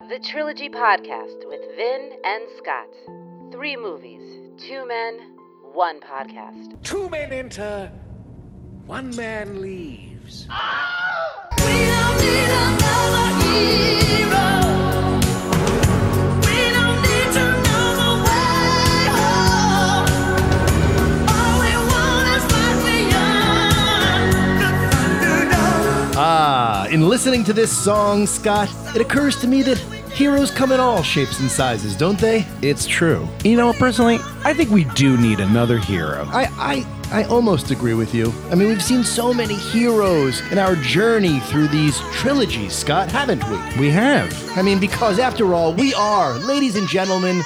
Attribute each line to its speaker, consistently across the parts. Speaker 1: The Trilogy Podcast with Vin and Scott. Three movies, two men, one podcast.
Speaker 2: Two men enter, one man leaves.
Speaker 3: We don't need another hero. We don't need to know the way home. All we want is what we are.
Speaker 4: Ah, in listening to this song, Scott, it occurs to me that heroes come in all shapes and sizes, don't they? It's true.
Speaker 5: You know, personally, I think we do need another hero.
Speaker 4: I, I, I almost agree with you. I mean, we've seen so many heroes in our journey through these trilogies, Scott, haven't we?
Speaker 5: We have.
Speaker 4: I mean, because after all, we are, ladies and gentlemen,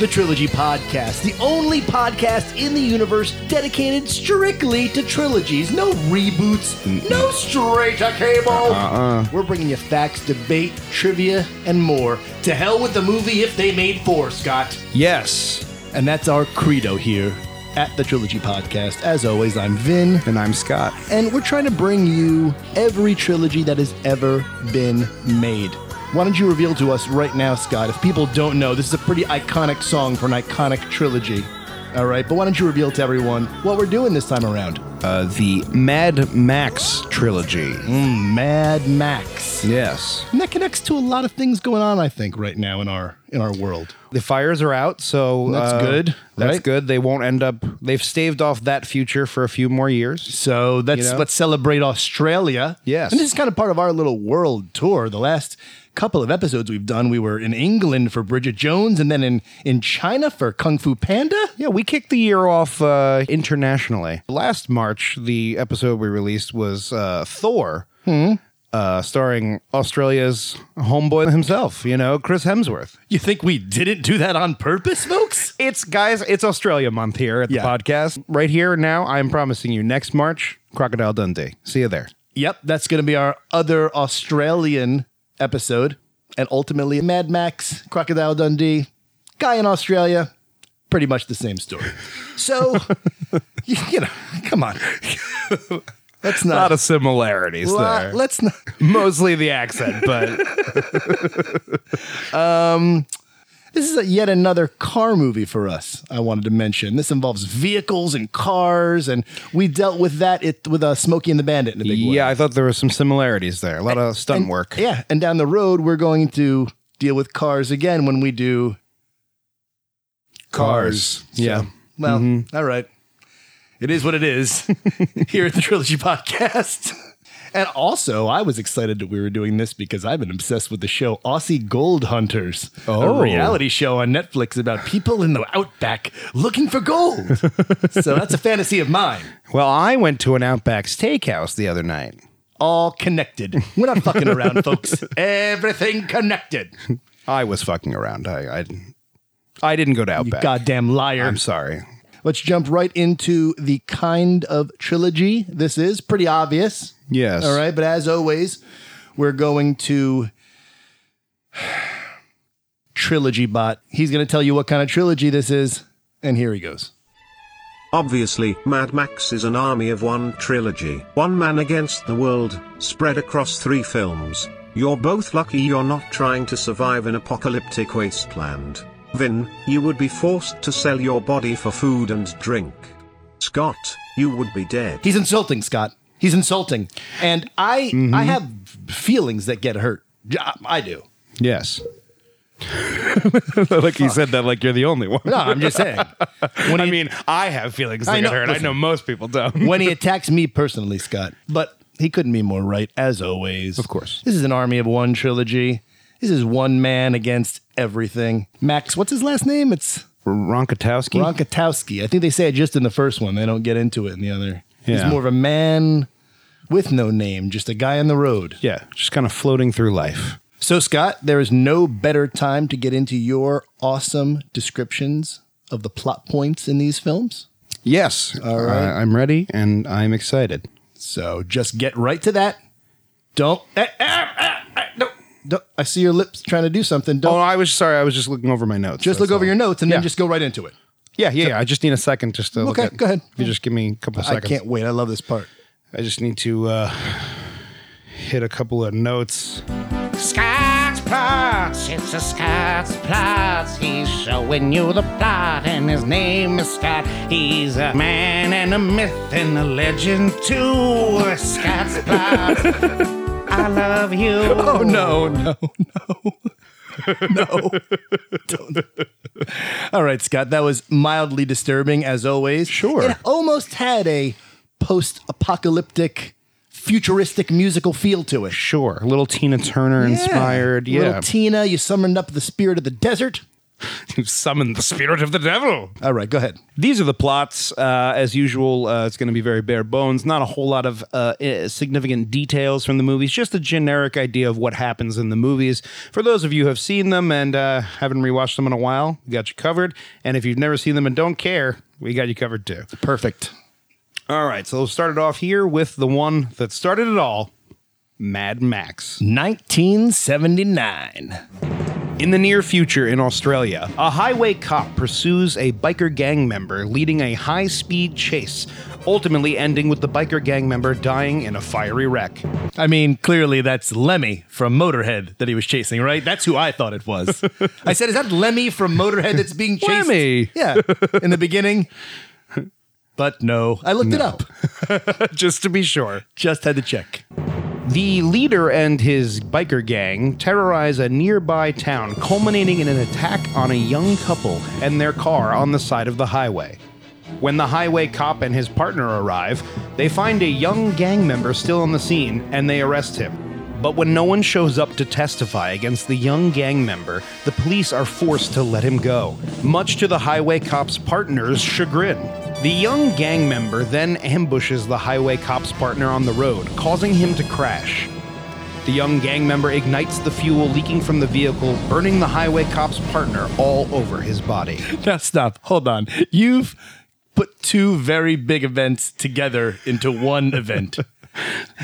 Speaker 4: the Trilogy Podcast, the only podcast in the universe dedicated strictly to trilogies. No reboots, no straight to cable. Uh-uh. We're bringing you facts, debate, trivia, and more. To hell with the movie if they made four, Scott.
Speaker 5: Yes.
Speaker 4: And that's our credo here at the Trilogy Podcast. As always, I'm Vin.
Speaker 5: And I'm Scott.
Speaker 4: And we're trying to bring you every trilogy that has ever been made. Why don't you reveal to us right now, Scott? If people don't know, this is a pretty iconic song for an iconic trilogy. All right, but why don't you reveal to everyone what we're doing this time around?
Speaker 5: Uh, the Mad Max trilogy.
Speaker 4: Mm, Mad Max.
Speaker 5: Yes.
Speaker 4: And that connects to a lot of things going on, I think, right now in our in our world.
Speaker 5: The fires are out, so uh,
Speaker 4: That's good,
Speaker 5: That's
Speaker 4: right?
Speaker 5: good. They won't end up. They've staved off that future for a few more years.
Speaker 4: So that's
Speaker 5: You know?
Speaker 4: let's celebrate Australia.
Speaker 5: Yes.
Speaker 4: And this is kind of part of our little world tour. The last couple of episodes we've done, we were in England for Bridget Jones and then in, in China for Kung Fu Panda.
Speaker 5: Yeah, we kicked the year off uh, internationally. Last March, the episode we released was uh, Thor, uh, starring Australia's homeboy himself. You know, Chris Hemsworth.
Speaker 4: You think we didn't do that on purpose, folks?
Speaker 5: It's guys, it's Australia month here at the
Speaker 4: Yeah.
Speaker 5: podcast. Right here now, I'm promising you next March, Crocodile Dundee. See you there.
Speaker 4: yep, that's going to be our other Australian episode. And ultimately, Mad Max, Crocodile Dundee, guy in Australia, pretty much the same story. So, you, you know, come on. That's
Speaker 5: A lot
Speaker 4: not
Speaker 5: of similarities
Speaker 4: Well,
Speaker 5: there.
Speaker 4: Let's not.
Speaker 5: Mostly the accent, but
Speaker 4: This is a, yet another car movie for us. I wanted to mention this involves vehicles and cars, and we dealt with that it with uh, Smokey and the Bandit in a big way.
Speaker 5: yeah, I thought there were some similarities there. A lot of stunt
Speaker 4: And-
Speaker 5: work.
Speaker 4: Yeah, and down the road we're going to deal with cars again when we do So,
Speaker 5: Yeah. Mm-hmm.
Speaker 4: well, all right. It is what it is here at the Trilogy Podcast. And also, I was excited that we were doing this because I've been obsessed with the show Aussie Gold Hunters,
Speaker 5: Oh.
Speaker 4: a reality show on Netflix about people in the outback looking for gold. so that's a fantasy of mine.
Speaker 5: Well, I went to an Outback Steakhouse the other night.
Speaker 4: All connected. We're not fucking around, folks. Everything connected.
Speaker 5: I was fucking around. I I, I didn't go to
Speaker 4: You
Speaker 5: Outback.
Speaker 4: goddamn liar.
Speaker 5: I'm sorry.
Speaker 4: Let's jump right into the kind of trilogy this is. Pretty obvious.
Speaker 5: Yes.
Speaker 4: All right. But as always, we're going to Trilogy Bot. He's going to tell you what kind of trilogy this is. And here he goes.
Speaker 6: Obviously, Mad Max is an army of one trilogy. One man against the world, spread across three films. You're both lucky you're not trying to survive an apocalyptic wasteland. Vin, you would be forced to sell your body for food and drink. Scott, you would be dead.
Speaker 4: He's insulting, Scott. He's insulting. And I
Speaker 5: Mm-hmm.
Speaker 4: I have feelings that get hurt. I- I do.
Speaker 5: Yes. like you said that like you're the only one.
Speaker 4: No, I'm just saying.
Speaker 5: When I mean, I have feelings that
Speaker 4: I
Speaker 5: I
Speaker 4: know-
Speaker 5: hurt.
Speaker 4: listen.
Speaker 5: I know most people don't.
Speaker 4: when he attacks me personally, Scott. But he couldn't be more right, as always.
Speaker 5: Of course.
Speaker 4: This is an Army of One trilogy. This is one man against everything. Max, what's his last name? It's
Speaker 5: Ronkatowski.
Speaker 4: Ronkatowski. I think they say it just in the first one. They don't get into it in the other.
Speaker 5: Yeah.
Speaker 4: He's more of a man with no name, just a guy on the road.
Speaker 5: yeah, just kind of floating through life.
Speaker 4: So, Scott, there is no better time to get into your awesome descriptions of the plot points in these films.
Speaker 5: Yes. All right. I'm ready and I'm excited.
Speaker 4: So just get right to that. Don't. eh, eh, eh, eh, no, don't- I see your lips trying to do something. Don't.
Speaker 5: Oh, I was sorry. I was just looking over my notes.
Speaker 4: just
Speaker 5: that's
Speaker 4: look over
Speaker 5: all.
Speaker 4: your notes and then
Speaker 5: Yeah.
Speaker 4: just go right into it.
Speaker 5: Yeah, yeah, yeah. I just need a second just to look
Speaker 4: Okay,
Speaker 5: at-
Speaker 4: go ahead.
Speaker 5: If you just give me a couple seconds.
Speaker 4: I can't wait. I love this part.
Speaker 5: I just need to uh, hit a couple of notes.
Speaker 3: Scott's
Speaker 5: parts. It's a Scott's plots. He's showing you the plot, and his name is Scott. He's a man and a myth and a legend too. Scott's plots. I love you.
Speaker 4: Oh no, no, no. no. Don't. All right, Scott, that was mildly disturbing as always.
Speaker 5: Sure.
Speaker 7: It almost had a post-apocalyptic, futuristic musical feel to it.
Speaker 5: Sure, a little Tina Turner inspired. Yeah,
Speaker 7: Little Tina, you summoned up the spirit of the desert.
Speaker 5: you summoned the spirit of the devil.
Speaker 7: All right, go ahead.
Speaker 5: These are the plots. Uh, as usual, uh, it's going to be very bare bones. Not a whole lot of uh, i- significant details from the movies, just a generic idea of what happens in the movies. For those of you who have seen them and uh, haven't rewatched them in a while, we got you covered. And if you've never seen them and don't care, we got you covered too.
Speaker 7: Perfect.
Speaker 5: All right, so we'll start it off here with the one that started it all Mad Max.
Speaker 7: 1979.
Speaker 5: In the near future in Australia, a highway cop pursues a biker gang member leading a high speed chase, ultimately ending with the biker gang member dying in a fiery wreck.
Speaker 4: I mean, clearly that's Lemmy from Motorhead that he was chasing, right? That's who I thought it was.
Speaker 7: I said, is that Lemmy from Motorhead that's being chased?
Speaker 5: Lemmy.
Speaker 7: Yeah, in the beginning.
Speaker 4: but no,
Speaker 7: I looked it up.
Speaker 5: Just to be sure.
Speaker 4: just had to check.
Speaker 5: The leader and his biker gang terrorize a nearby town, culminating in an attack on a young couple and their car on the side of the highway. When the highway cop and his partner arrive, they find a young gang member still on the scene and they arrest him. But when no one shows up to testify against the young gang member, the police are forced to let him go, much to the highway cop's partner's chagrin. The young gang member then ambushes the highway cop's partner on the road, causing him to crash. The young gang member ignites the fuel leaking from the vehicle, burning the highway cop's partner all over his body.
Speaker 4: Now stop. Hold on. You've put two very big events together into one event.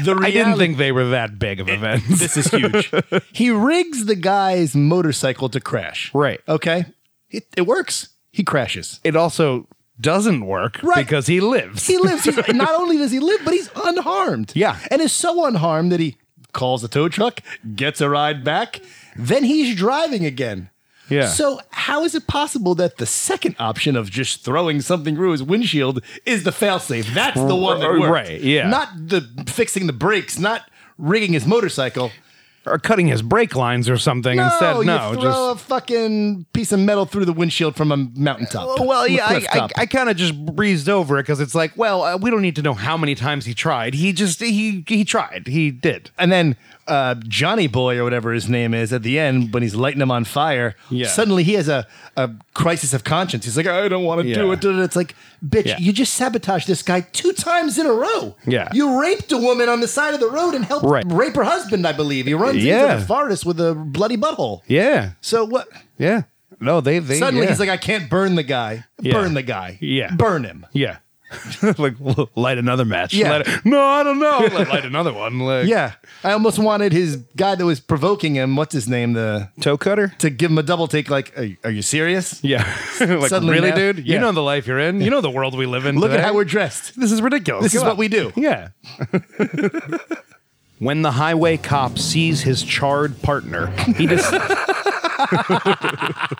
Speaker 4: The
Speaker 5: I didn't
Speaker 4: reality-
Speaker 5: think they were that big of events.
Speaker 4: this is huge. he rigs the guy's motorcycle to crash.
Speaker 5: Right.
Speaker 4: Okay. It, it works. He crashes.
Speaker 5: it also doesn't work
Speaker 4: Right.
Speaker 5: because he lives.
Speaker 4: He lives. He's, not only does he live, but he's unharmed.
Speaker 5: Yeah.
Speaker 4: And is so unharmed that he calls a tow truck, gets a ride back, then he's driving again.
Speaker 5: Yeah.
Speaker 4: So how is it possible that the second option of just throwing something through his windshield is the failsafe? That's the one that worked.
Speaker 5: Right, yeah.
Speaker 4: Not the fixing the brakes, not rigging his motorcycle.
Speaker 5: or cutting his brake lines or something instead. No,
Speaker 4: you throw
Speaker 5: just.
Speaker 4: a fucking piece of metal through the windshield from a mountaintop.
Speaker 5: Well, yeah, I, I,
Speaker 4: Clifftop.
Speaker 5: I kind of just breezed over it because it's like, well, uh, we don't need to know how many times he tried. He just he he tried. He did.
Speaker 4: And then uh, Johnny Boy or whatever his name is at the end, when he's lighting him on fire,
Speaker 5: Yeah.
Speaker 4: suddenly he has a, a crisis of conscience. He's like, I don't want to
Speaker 5: Yeah.
Speaker 4: do it. It's like, bitch,
Speaker 5: Yeah.
Speaker 4: you just sabotaged this guy two times in a row.
Speaker 5: Yeah.
Speaker 4: You raped a woman on the side of the road and helped
Speaker 5: Right.
Speaker 4: rape her husband, I believe. He runs
Speaker 5: Yeah.
Speaker 4: into the forest with a bloody butthole.
Speaker 5: Yeah,
Speaker 4: So what?
Speaker 5: yeah. No, they they
Speaker 4: Suddenly
Speaker 5: yeah.
Speaker 4: he's like, I can't burn the guy.
Speaker 5: Yeah.
Speaker 4: Burn the guy.
Speaker 5: Yeah.
Speaker 4: Burn him.
Speaker 5: yeah. like l- light another match.
Speaker 4: Yeah.
Speaker 5: Light a- no, I don't know. Light, light another one. Like,
Speaker 4: Yeah. I almost wanted his guy that was provoking him, what's his name, the
Speaker 5: Toe cutter.
Speaker 4: to give him a double take, like, are, you- are you serious?
Speaker 5: Yeah. like
Speaker 4: Suddenly
Speaker 5: really,
Speaker 4: now-
Speaker 5: dude. You
Speaker 4: yeah.
Speaker 5: know the life you're in. You know the world we live in.
Speaker 4: Look at
Speaker 5: today.
Speaker 4: how we're dressed.
Speaker 5: This is ridiculous.
Speaker 4: This is
Speaker 5: Go
Speaker 4: what
Speaker 5: on.
Speaker 4: we do.
Speaker 5: Yeah. when the highway cop sees his charred partner, he just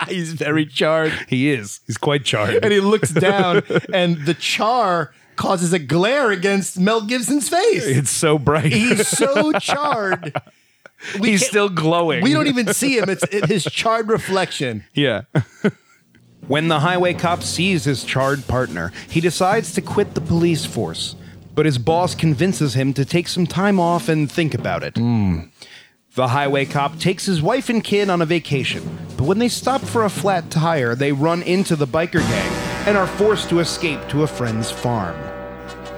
Speaker 4: He's very charred.
Speaker 5: he is. He's quite charred.
Speaker 4: And he looks down, and the char causes a glare against Mel Gibson's face.
Speaker 5: it's so bright.
Speaker 4: He's so charred. We
Speaker 5: He's
Speaker 4: can't-
Speaker 5: still glowing.
Speaker 4: We don't even see him. It's it, his charred reflection.
Speaker 5: Yeah. when the highway cop sees his charred partner, he decides to quit the police force, but his boss convinces him to take some time off and think about it. The highway cop takes his wife and kid on a vacation, but when they stop for a flat tire, they run into the biker gang and are forced to escape to a friend's farm.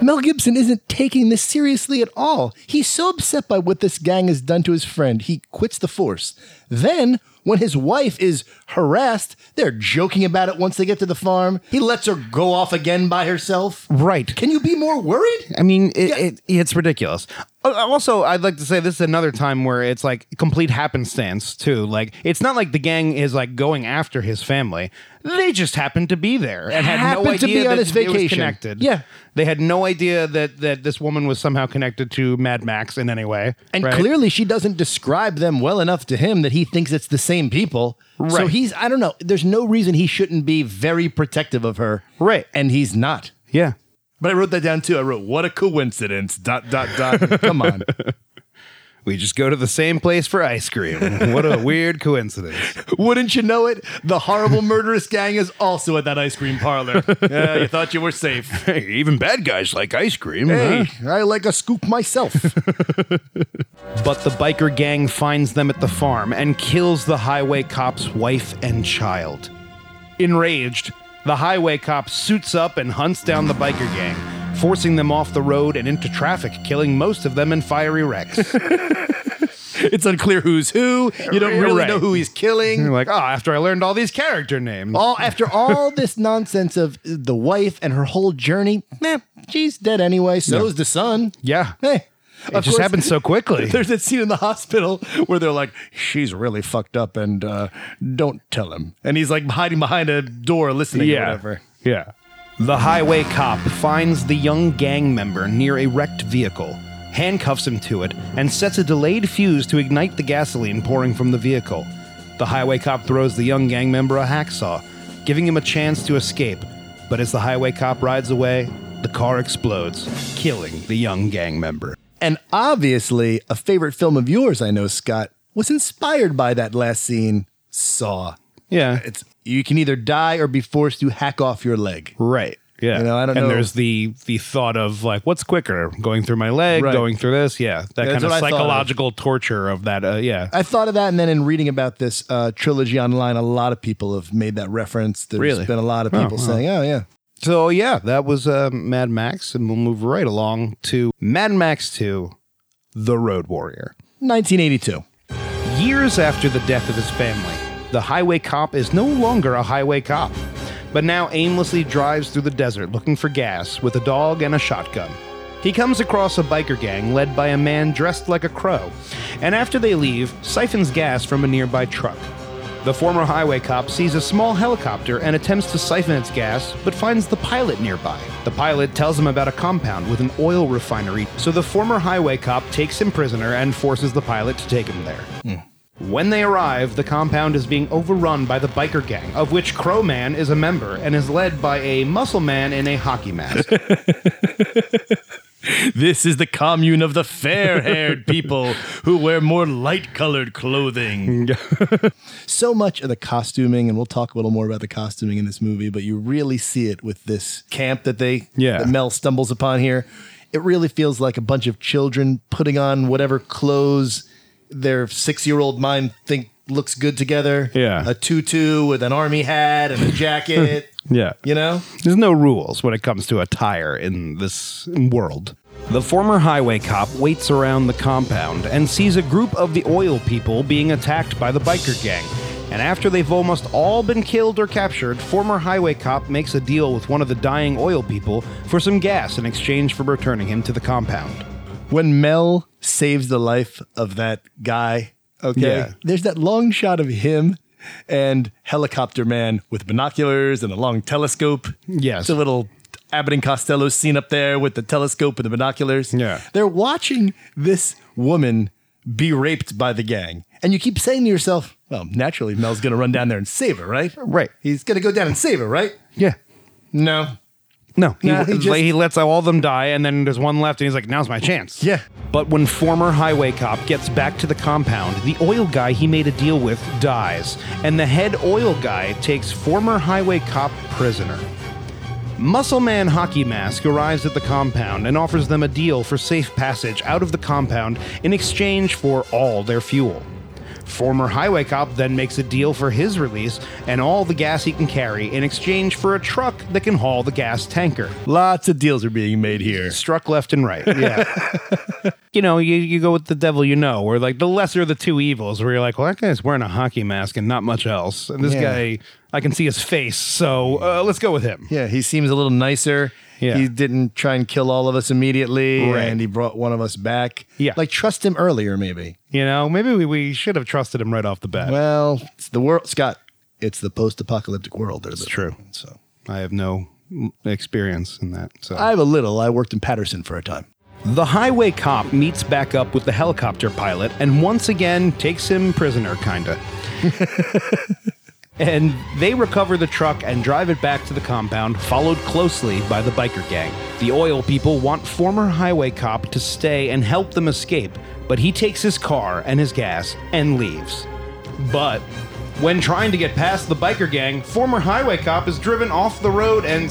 Speaker 4: Mel Gibson isn't taking this seriously at all. He's so upset by what this gang has done to his friend, he quits the force. Then, when his wife is harassed, they're joking about it once they get to the farm. He lets her go off again by herself.
Speaker 5: Right.
Speaker 4: Can you be more worried?
Speaker 5: I mean, it, it, it's ridiculous. Uh, Also, I'd like to say this is another time where it's like complete happenstance too. Like, it's not like the gang is like going after his family; they just happened to be there and had no
Speaker 4: Happened to
Speaker 5: idea
Speaker 4: be on
Speaker 5: that
Speaker 4: his
Speaker 5: it was
Speaker 4: vacation.
Speaker 5: connected.
Speaker 4: Yeah.
Speaker 5: they had no idea that that this woman was somehow connected to Mad Max in any way.
Speaker 4: And
Speaker 5: right?
Speaker 4: clearly, she doesn't describe them well enough to him that he thinks it's the same people. So
Speaker 5: Right.
Speaker 4: he's, I don't know, there's no reason he shouldn't be very protective of her.
Speaker 5: Right.
Speaker 4: And he's not.
Speaker 5: Yeah.
Speaker 4: But I wrote that down too. I wrote, what a coincidence, dot, dot, dot. Come on.
Speaker 5: We just go to the same place for ice cream. what a weird coincidence.
Speaker 4: Wouldn't you know it? The horrible murderous gang is also at that ice cream parlor. Yeah, you thought you were safe.
Speaker 5: Hey, even bad guys like ice cream.
Speaker 4: Hey, I like a scoop myself.
Speaker 5: But the biker gang finds them at the farm and kills the highway cop's wife and child. Enraged, the highway cop suits up and hunts down the biker gang, forcing them off the road and into traffic, killing most of them in fiery wrecks.
Speaker 4: it's unclear who's who. You don't really
Speaker 5: Right.
Speaker 4: know who he's killing.
Speaker 5: You're like, oh, after I learned all these character names.
Speaker 4: All after all this nonsense of the wife and her whole journey, eh, she's dead anyway. So is the son.
Speaker 5: yeah.
Speaker 4: Hey,
Speaker 5: It just happened so quickly.
Speaker 4: There's that scene in the hospital where they're like, "She's really fucked up," and uh, don't tell him. And he's like hiding behind a door, listening. or whatever.
Speaker 5: Yeah. The highway cop finds the young gang member near a wrecked vehicle, handcuffs him to it, and sets a delayed fuse to ignite the gasoline pouring from the vehicle. The highway cop throws the young gang member a hacksaw, giving him a chance to escape. But as the highway cop rides away, the car explodes, killing the young gang member.
Speaker 4: And obviously, a favorite film of yours, I know, Scott, was inspired by that last scene. Saw.
Speaker 5: Yeah.
Speaker 4: It's you can either die or be forced to hack off your leg.
Speaker 5: Right. Yeah.
Speaker 4: You know, I don't
Speaker 5: and
Speaker 4: know.
Speaker 5: there's the the thought of like, what's quicker, going through my leg,
Speaker 4: Right.
Speaker 5: going through this? Yeah. That
Speaker 4: Yeah, that's
Speaker 5: kind of
Speaker 4: what I thought of.
Speaker 5: psychological torture of that. Uh, yeah.
Speaker 4: I thought of that, and then in reading about this uh, trilogy online, a lot of people have made that reference. There's
Speaker 5: Really?
Speaker 4: been a lot of
Speaker 5: Oh,
Speaker 4: people
Speaker 5: wow.
Speaker 4: saying, "Oh yeah,
Speaker 5: So yeah, that was uh, Mad Max, and we'll move right along to Mad Max 2: The Road Warrior.
Speaker 4: 1982."
Speaker 5: Years after the death of his family, the highway cop is no longer a highway cop, but now aimlessly drives through the desert looking for gas with a dog and a shotgun. He comes across a biker gang led by a man dressed like a crow, and after they leave, siphons gas from a nearby truck. The former highway cop sees a small helicopter and attempts to siphon its gas, but finds the pilot nearby. The pilot tells him about a compound with an oil refinery, so the former highway cop takes him prisoner and forces the pilot to take him there. When they arrive, the compound is being overrun by the biker gang, of which Crow Man is a member and is led by a muscle man in a hockey mask.
Speaker 4: This is the commune of the fair-haired people who wear more light-colored clothing. so much of the costuming, and we'll talk a little more about the costuming in this movie, but you really see it with this camp that they
Speaker 5: Yeah.
Speaker 4: that Mel stumbles upon here. It really feels like a bunch of children putting on whatever clothes their six-year-old mind think looks good together.
Speaker 5: Yeah.
Speaker 4: A tutu with an army hat and a jacket.
Speaker 5: Yeah.
Speaker 4: You know?
Speaker 5: There's no rules when it comes to attire in this world. The former highway cop waits around the compound and sees a group of the oil people being attacked by the biker gang. And after they've almost all been killed or captured, former highway cop makes a deal with one of the dying oil people for some gas in exchange for returning him to the compound.
Speaker 4: when Mel saves the life of that guy, okay,
Speaker 5: Yeah.
Speaker 4: there's that long shot of him and helicopter man with binoculars and a long telescope.
Speaker 5: Yes.
Speaker 4: It's a little Abbott and Costello scene up there with the telescope and the binoculars.
Speaker 5: Yeah.
Speaker 4: They're watching this woman be raped by the gang. And you keep saying to yourself, well, naturally, Mel's going to run down there and save her, right?
Speaker 5: Right.
Speaker 4: He's going to go down and save her, right?
Speaker 5: Yeah.
Speaker 4: No.
Speaker 5: No, he,
Speaker 4: Nah, he
Speaker 5: he,
Speaker 4: just-
Speaker 5: lets all of them die, and then there's one left, and he's like, "Now's my chance."
Speaker 4: Yeah.
Speaker 5: But when former highway cop gets back to the compound, the oil guy he made a deal with dies, and the head oil guy takes former highway cop prisoner. Muscle Man Hockey Mask arrives at the compound and offers them a deal for safe passage out of the compound in exchange for all their fuel. Former highway cop then makes a deal for his release and all the gas he can carry in exchange for a truck that can haul the gas tanker.
Speaker 4: Lots of deals are being made here.
Speaker 5: Struck left and right. Yeah. you know, you, you go with the devil you know, or like the lesser of the two evils, where you're like, well, that guy's wearing a hockey mask and not much else. And this
Speaker 4: Yeah.
Speaker 5: guy, I can see his face, so uh, let's go with him.
Speaker 4: Yeah, he seems a little nicer.
Speaker 5: Yeah.
Speaker 4: He didn't try and kill all of us immediately,
Speaker 5: Right.
Speaker 4: and he brought one of us back.
Speaker 5: Yeah.
Speaker 4: like trust him earlier, maybe.
Speaker 5: You know, maybe we, we should have trusted him right off the bat.
Speaker 4: Well, it's the world, Scott. It's the post-apocalyptic world. That's
Speaker 5: true.
Speaker 4: So
Speaker 5: I have no experience in that. So
Speaker 4: I have a little. I worked in Patterson for a time.
Speaker 5: The highway cop meets back up with the helicopter pilot and once again takes him prisoner, kinda. and they recover the truck and drive it back to the compound, followed closely by the biker gang. The oil people want former highway cop to stay and help them escape, but he takes his car and his gas and leaves. But when trying to get past the biker gang, former highway cop is driven off the road and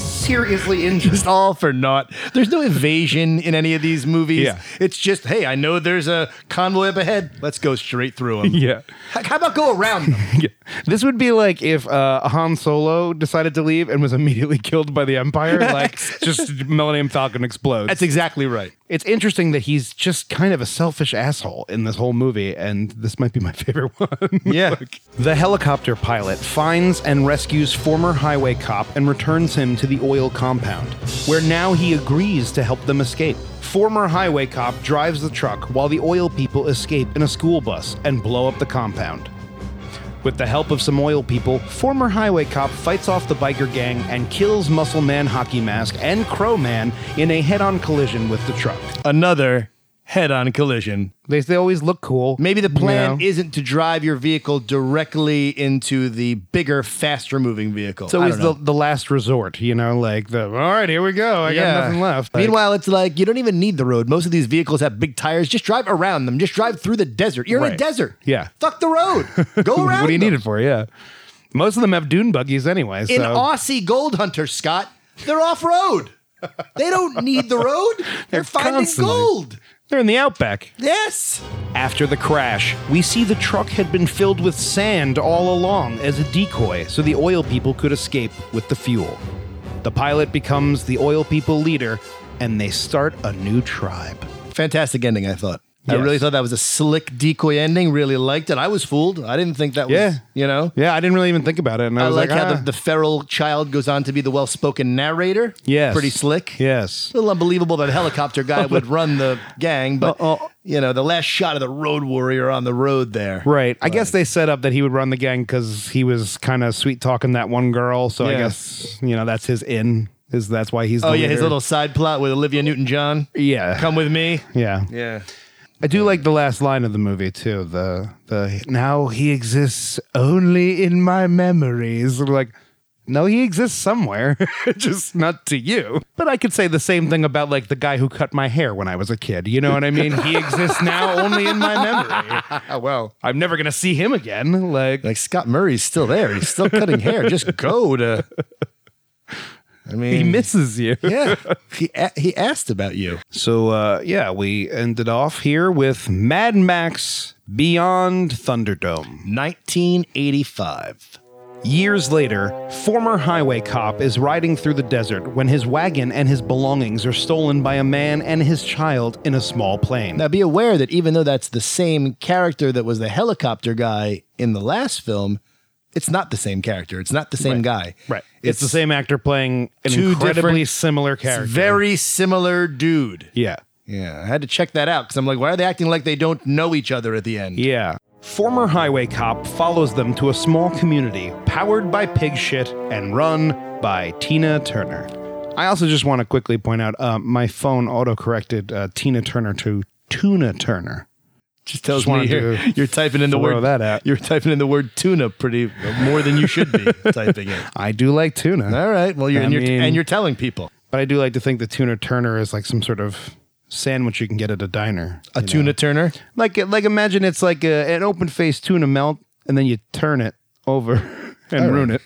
Speaker 5: seriously injured.
Speaker 4: It's all for naught. There's no evasion in any of these movies.
Speaker 5: Yeah.
Speaker 4: It's just, hey, I know there's a convoy up ahead. Let's go straight through them.
Speaker 5: Yeah.
Speaker 4: How about go around them?
Speaker 5: Yeah. This would be like if uh, Han Solo decided to leave and was immediately killed by the Empire. Like, just Millennium Falcon explodes.
Speaker 4: That's exactly right.
Speaker 5: it's interesting that he's just kind of a selfish asshole in this whole movie, and this might be my favorite one.
Speaker 4: Yeah.
Speaker 5: the helicopter pilot finds and rescues former highway cop and returns him to the oil compound, where now he agrees to help them escape. Former highway cop drives the truck while the oil people escape in a school bus and blow up the compound. With the help of some oil people, former highway cop fights off the biker gang and kills Muscle Man Hockey Mask and Crow Man in a head on collision with the truck.
Speaker 4: Another head on collision.
Speaker 5: They, they always look cool.
Speaker 4: Maybe the plan
Speaker 5: you know?
Speaker 4: isn't to drive your vehicle directly into the bigger, faster moving vehicle.
Speaker 5: It's always the, the last resort, you know, like the, all right, here we go. I got nothing left. Like,
Speaker 4: Meanwhile, it's like you don't even need the road. Most of these vehicles have big tires. Just drive around them. Just drive through the desert. You're in a
Speaker 5: Right.
Speaker 4: desert.
Speaker 5: Yeah.
Speaker 4: Fuck the road. Go around.
Speaker 5: what do you
Speaker 4: them.
Speaker 5: need it for? Yeah. Most of them have dune buggies anyway. So
Speaker 4: An Aussie gold hunter, Scott. They're off road. they don't need the road. They're, finding
Speaker 5: constantly-
Speaker 4: gold.
Speaker 5: they're in the outback.
Speaker 4: Yes.
Speaker 5: After the crash, we see the truck had been filled with sand all along as a decoy so the oil people could escape with the fuel. The pilot becomes the oil people leader and they start a new tribe.
Speaker 4: Fantastic ending, I thought. I
Speaker 5: Yes.
Speaker 4: really thought that was a slick decoy ending. Really liked it. I was fooled. I didn't think that was,
Speaker 5: Yeah.
Speaker 4: you know.
Speaker 5: Yeah, I didn't really even think about it. And
Speaker 4: I,
Speaker 5: I, was
Speaker 4: like,
Speaker 5: like,
Speaker 4: how
Speaker 5: ah.
Speaker 4: the, the feral child goes on to be the well spoken narrator.
Speaker 5: Yes.
Speaker 4: Pretty slick.
Speaker 5: Yes.
Speaker 4: A little unbelievable that a helicopter guy would run the gang, but
Speaker 5: Uh-oh.
Speaker 4: you know, the last shot of the road warrior on the road there.
Speaker 5: Right. I guess they set up that he would run the gang because he was kind of sweet talking that one girl. So
Speaker 4: Yeah.
Speaker 5: I guess, you know, that's his in. Is that's why he's the
Speaker 4: Oh yeah, his
Speaker 5: leader.
Speaker 4: little side plot with Olivia Newton John.
Speaker 5: Yeah.
Speaker 4: Come with me.
Speaker 5: Yeah.
Speaker 4: Yeah.
Speaker 5: I do like the last line of the movie too. The the now he exists only in my memories. I'm like, no, he exists somewhere, just not to you. But I could say the same thing about like the guy who cut my hair when I was a kid. You know what I mean? he exists now only in my memory. well, I'm never gonna see him again. Like,
Speaker 4: Like Scott Murray's still there. He's still cutting hair. Just go to I mean
Speaker 5: he misses you.
Speaker 4: Yeah. He a- he asked about you.
Speaker 5: So uh, yeah, we ended off here with Mad Max Beyond Thunderdome.
Speaker 4: 1985.
Speaker 5: Years later, former highway cop is riding through the desert when his wagon and his belongings are stolen by a man and his child in a small plane.
Speaker 4: Now, be aware that even though that's the same character that was the helicopter guy in the last film, it's not the same character. It's not the same guy.
Speaker 5: right. It's, the same actor playing an
Speaker 4: two
Speaker 5: incredibly
Speaker 4: different-
Speaker 5: similar
Speaker 4: it's
Speaker 5: character.
Speaker 4: very similar dude.
Speaker 5: yeah.
Speaker 4: Yeah, I had to check that out because I'm like, why are they acting like they don't know each other at the end?
Speaker 5: Yeah. Former highway cop follows them to a small community powered by pig shit and run by Tina Turner. I also just want to quickly point out uh, my phone autocorrected uh, Tina Turner to Tuna Turner.
Speaker 4: Just tells
Speaker 5: Just
Speaker 4: me
Speaker 5: wanted
Speaker 4: you're,
Speaker 5: to
Speaker 4: you're typing in the
Speaker 5: throw
Speaker 4: word
Speaker 5: that out.
Speaker 4: You're typing in the word tuna pretty more than you should be typing it.
Speaker 5: I do like tuna.
Speaker 4: All right, well, you're,
Speaker 5: I
Speaker 4: and, you're
Speaker 5: mean-
Speaker 4: and you're telling people
Speaker 5: But I do like to think that tuna turner is like some sort of sandwich you can get at a diner.
Speaker 4: a tuna turner.
Speaker 5: Like uh, like imagine it's like a, an open faced tuna melt, and then you turn it over and ruin it.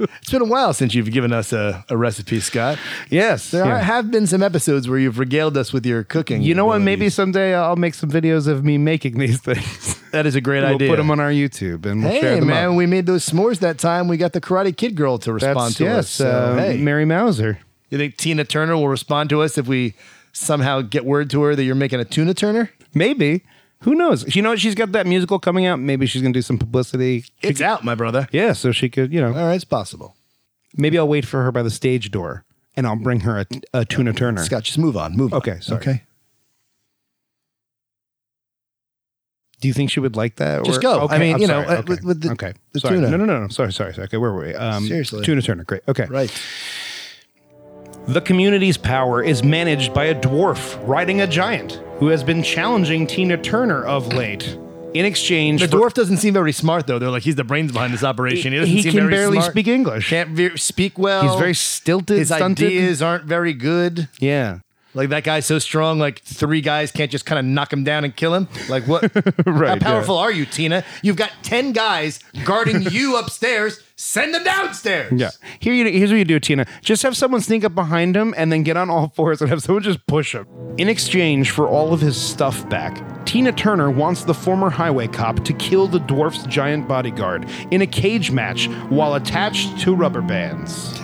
Speaker 4: It's been a while since you've given us a, a recipe, Scott.
Speaker 5: Yes,
Speaker 4: There
Speaker 5: yeah.
Speaker 4: are, have been some episodes where you've regaled us with your cooking.
Speaker 5: you know what? Maybe
Speaker 4: abilities.
Speaker 5: someday I'll make some videos of me making these things.
Speaker 4: that is a great
Speaker 5: we'll
Speaker 4: idea.
Speaker 5: put them on our YouTube and we'll share
Speaker 4: Hey
Speaker 5: them
Speaker 4: man,
Speaker 5: up.
Speaker 4: we made those s'mores that time. We got the Karate Kid girl to respond
Speaker 5: That's
Speaker 4: to
Speaker 5: yes,
Speaker 4: us. So,
Speaker 5: uh,
Speaker 4: hey.
Speaker 5: Mary Mauser.
Speaker 4: um, you think Tina Turner will respond to us if we somehow get word to her that you're making a tuna turner?
Speaker 5: Maybe who knows? You know what? She's got that musical coming out. Maybe she's gonna do some publicity.
Speaker 4: It's out, my brother.
Speaker 5: Yeah, so she could you know
Speaker 4: All right, it's possible.
Speaker 5: maybe I'll wait for her by the stage door and I'll bring her a, a tuna turner.
Speaker 4: Scott, just move on. Move on.
Speaker 5: Okay, sorry.
Speaker 4: Okay.
Speaker 5: Do you think she would like that?
Speaker 4: Just go. I mean, you know,
Speaker 5: sorry.
Speaker 4: uh, with- with the-
Speaker 5: okay.
Speaker 4: the
Speaker 5: sorry.
Speaker 4: tuna.
Speaker 5: No, no, no, no. Sorry, sorry, sorry. Okay, where were we? Um,
Speaker 4: Seriously.
Speaker 5: Tuna Turner. Great. Okay.
Speaker 4: Right.
Speaker 5: The community's power is managed by a dwarf riding a giant who has been challenging Tina Turner of late. In exchange,
Speaker 4: The
Speaker 5: for-
Speaker 4: dwarf doesn't seem very smart, though. They're like, he's the brains behind this operation. He, doesn't
Speaker 5: He
Speaker 4: seem
Speaker 5: can
Speaker 4: very
Speaker 5: barely
Speaker 4: smart.
Speaker 5: speak English.
Speaker 4: Can't ve- speak well.
Speaker 5: He's very stilted,
Speaker 4: His
Speaker 5: stunted.
Speaker 4: ideas aren't very good.
Speaker 5: yeah,
Speaker 4: Like that guy's so strong, like three guys can't just kind of knock him down and kill him. Like what?
Speaker 5: Right, yeah.
Speaker 4: How powerful are you, Tina? You've got ten guys guarding you upstairs. Send them downstairs.
Speaker 5: yeah. Here, you, here's what you do, Tina. Just have someone sneak up behind him and then get on all fours and have someone just push him. In exchange for all of his stuff back, Tina Turner wants the former highway cop to kill the dwarf's giant bodyguard in a cage match while attached to rubber bands.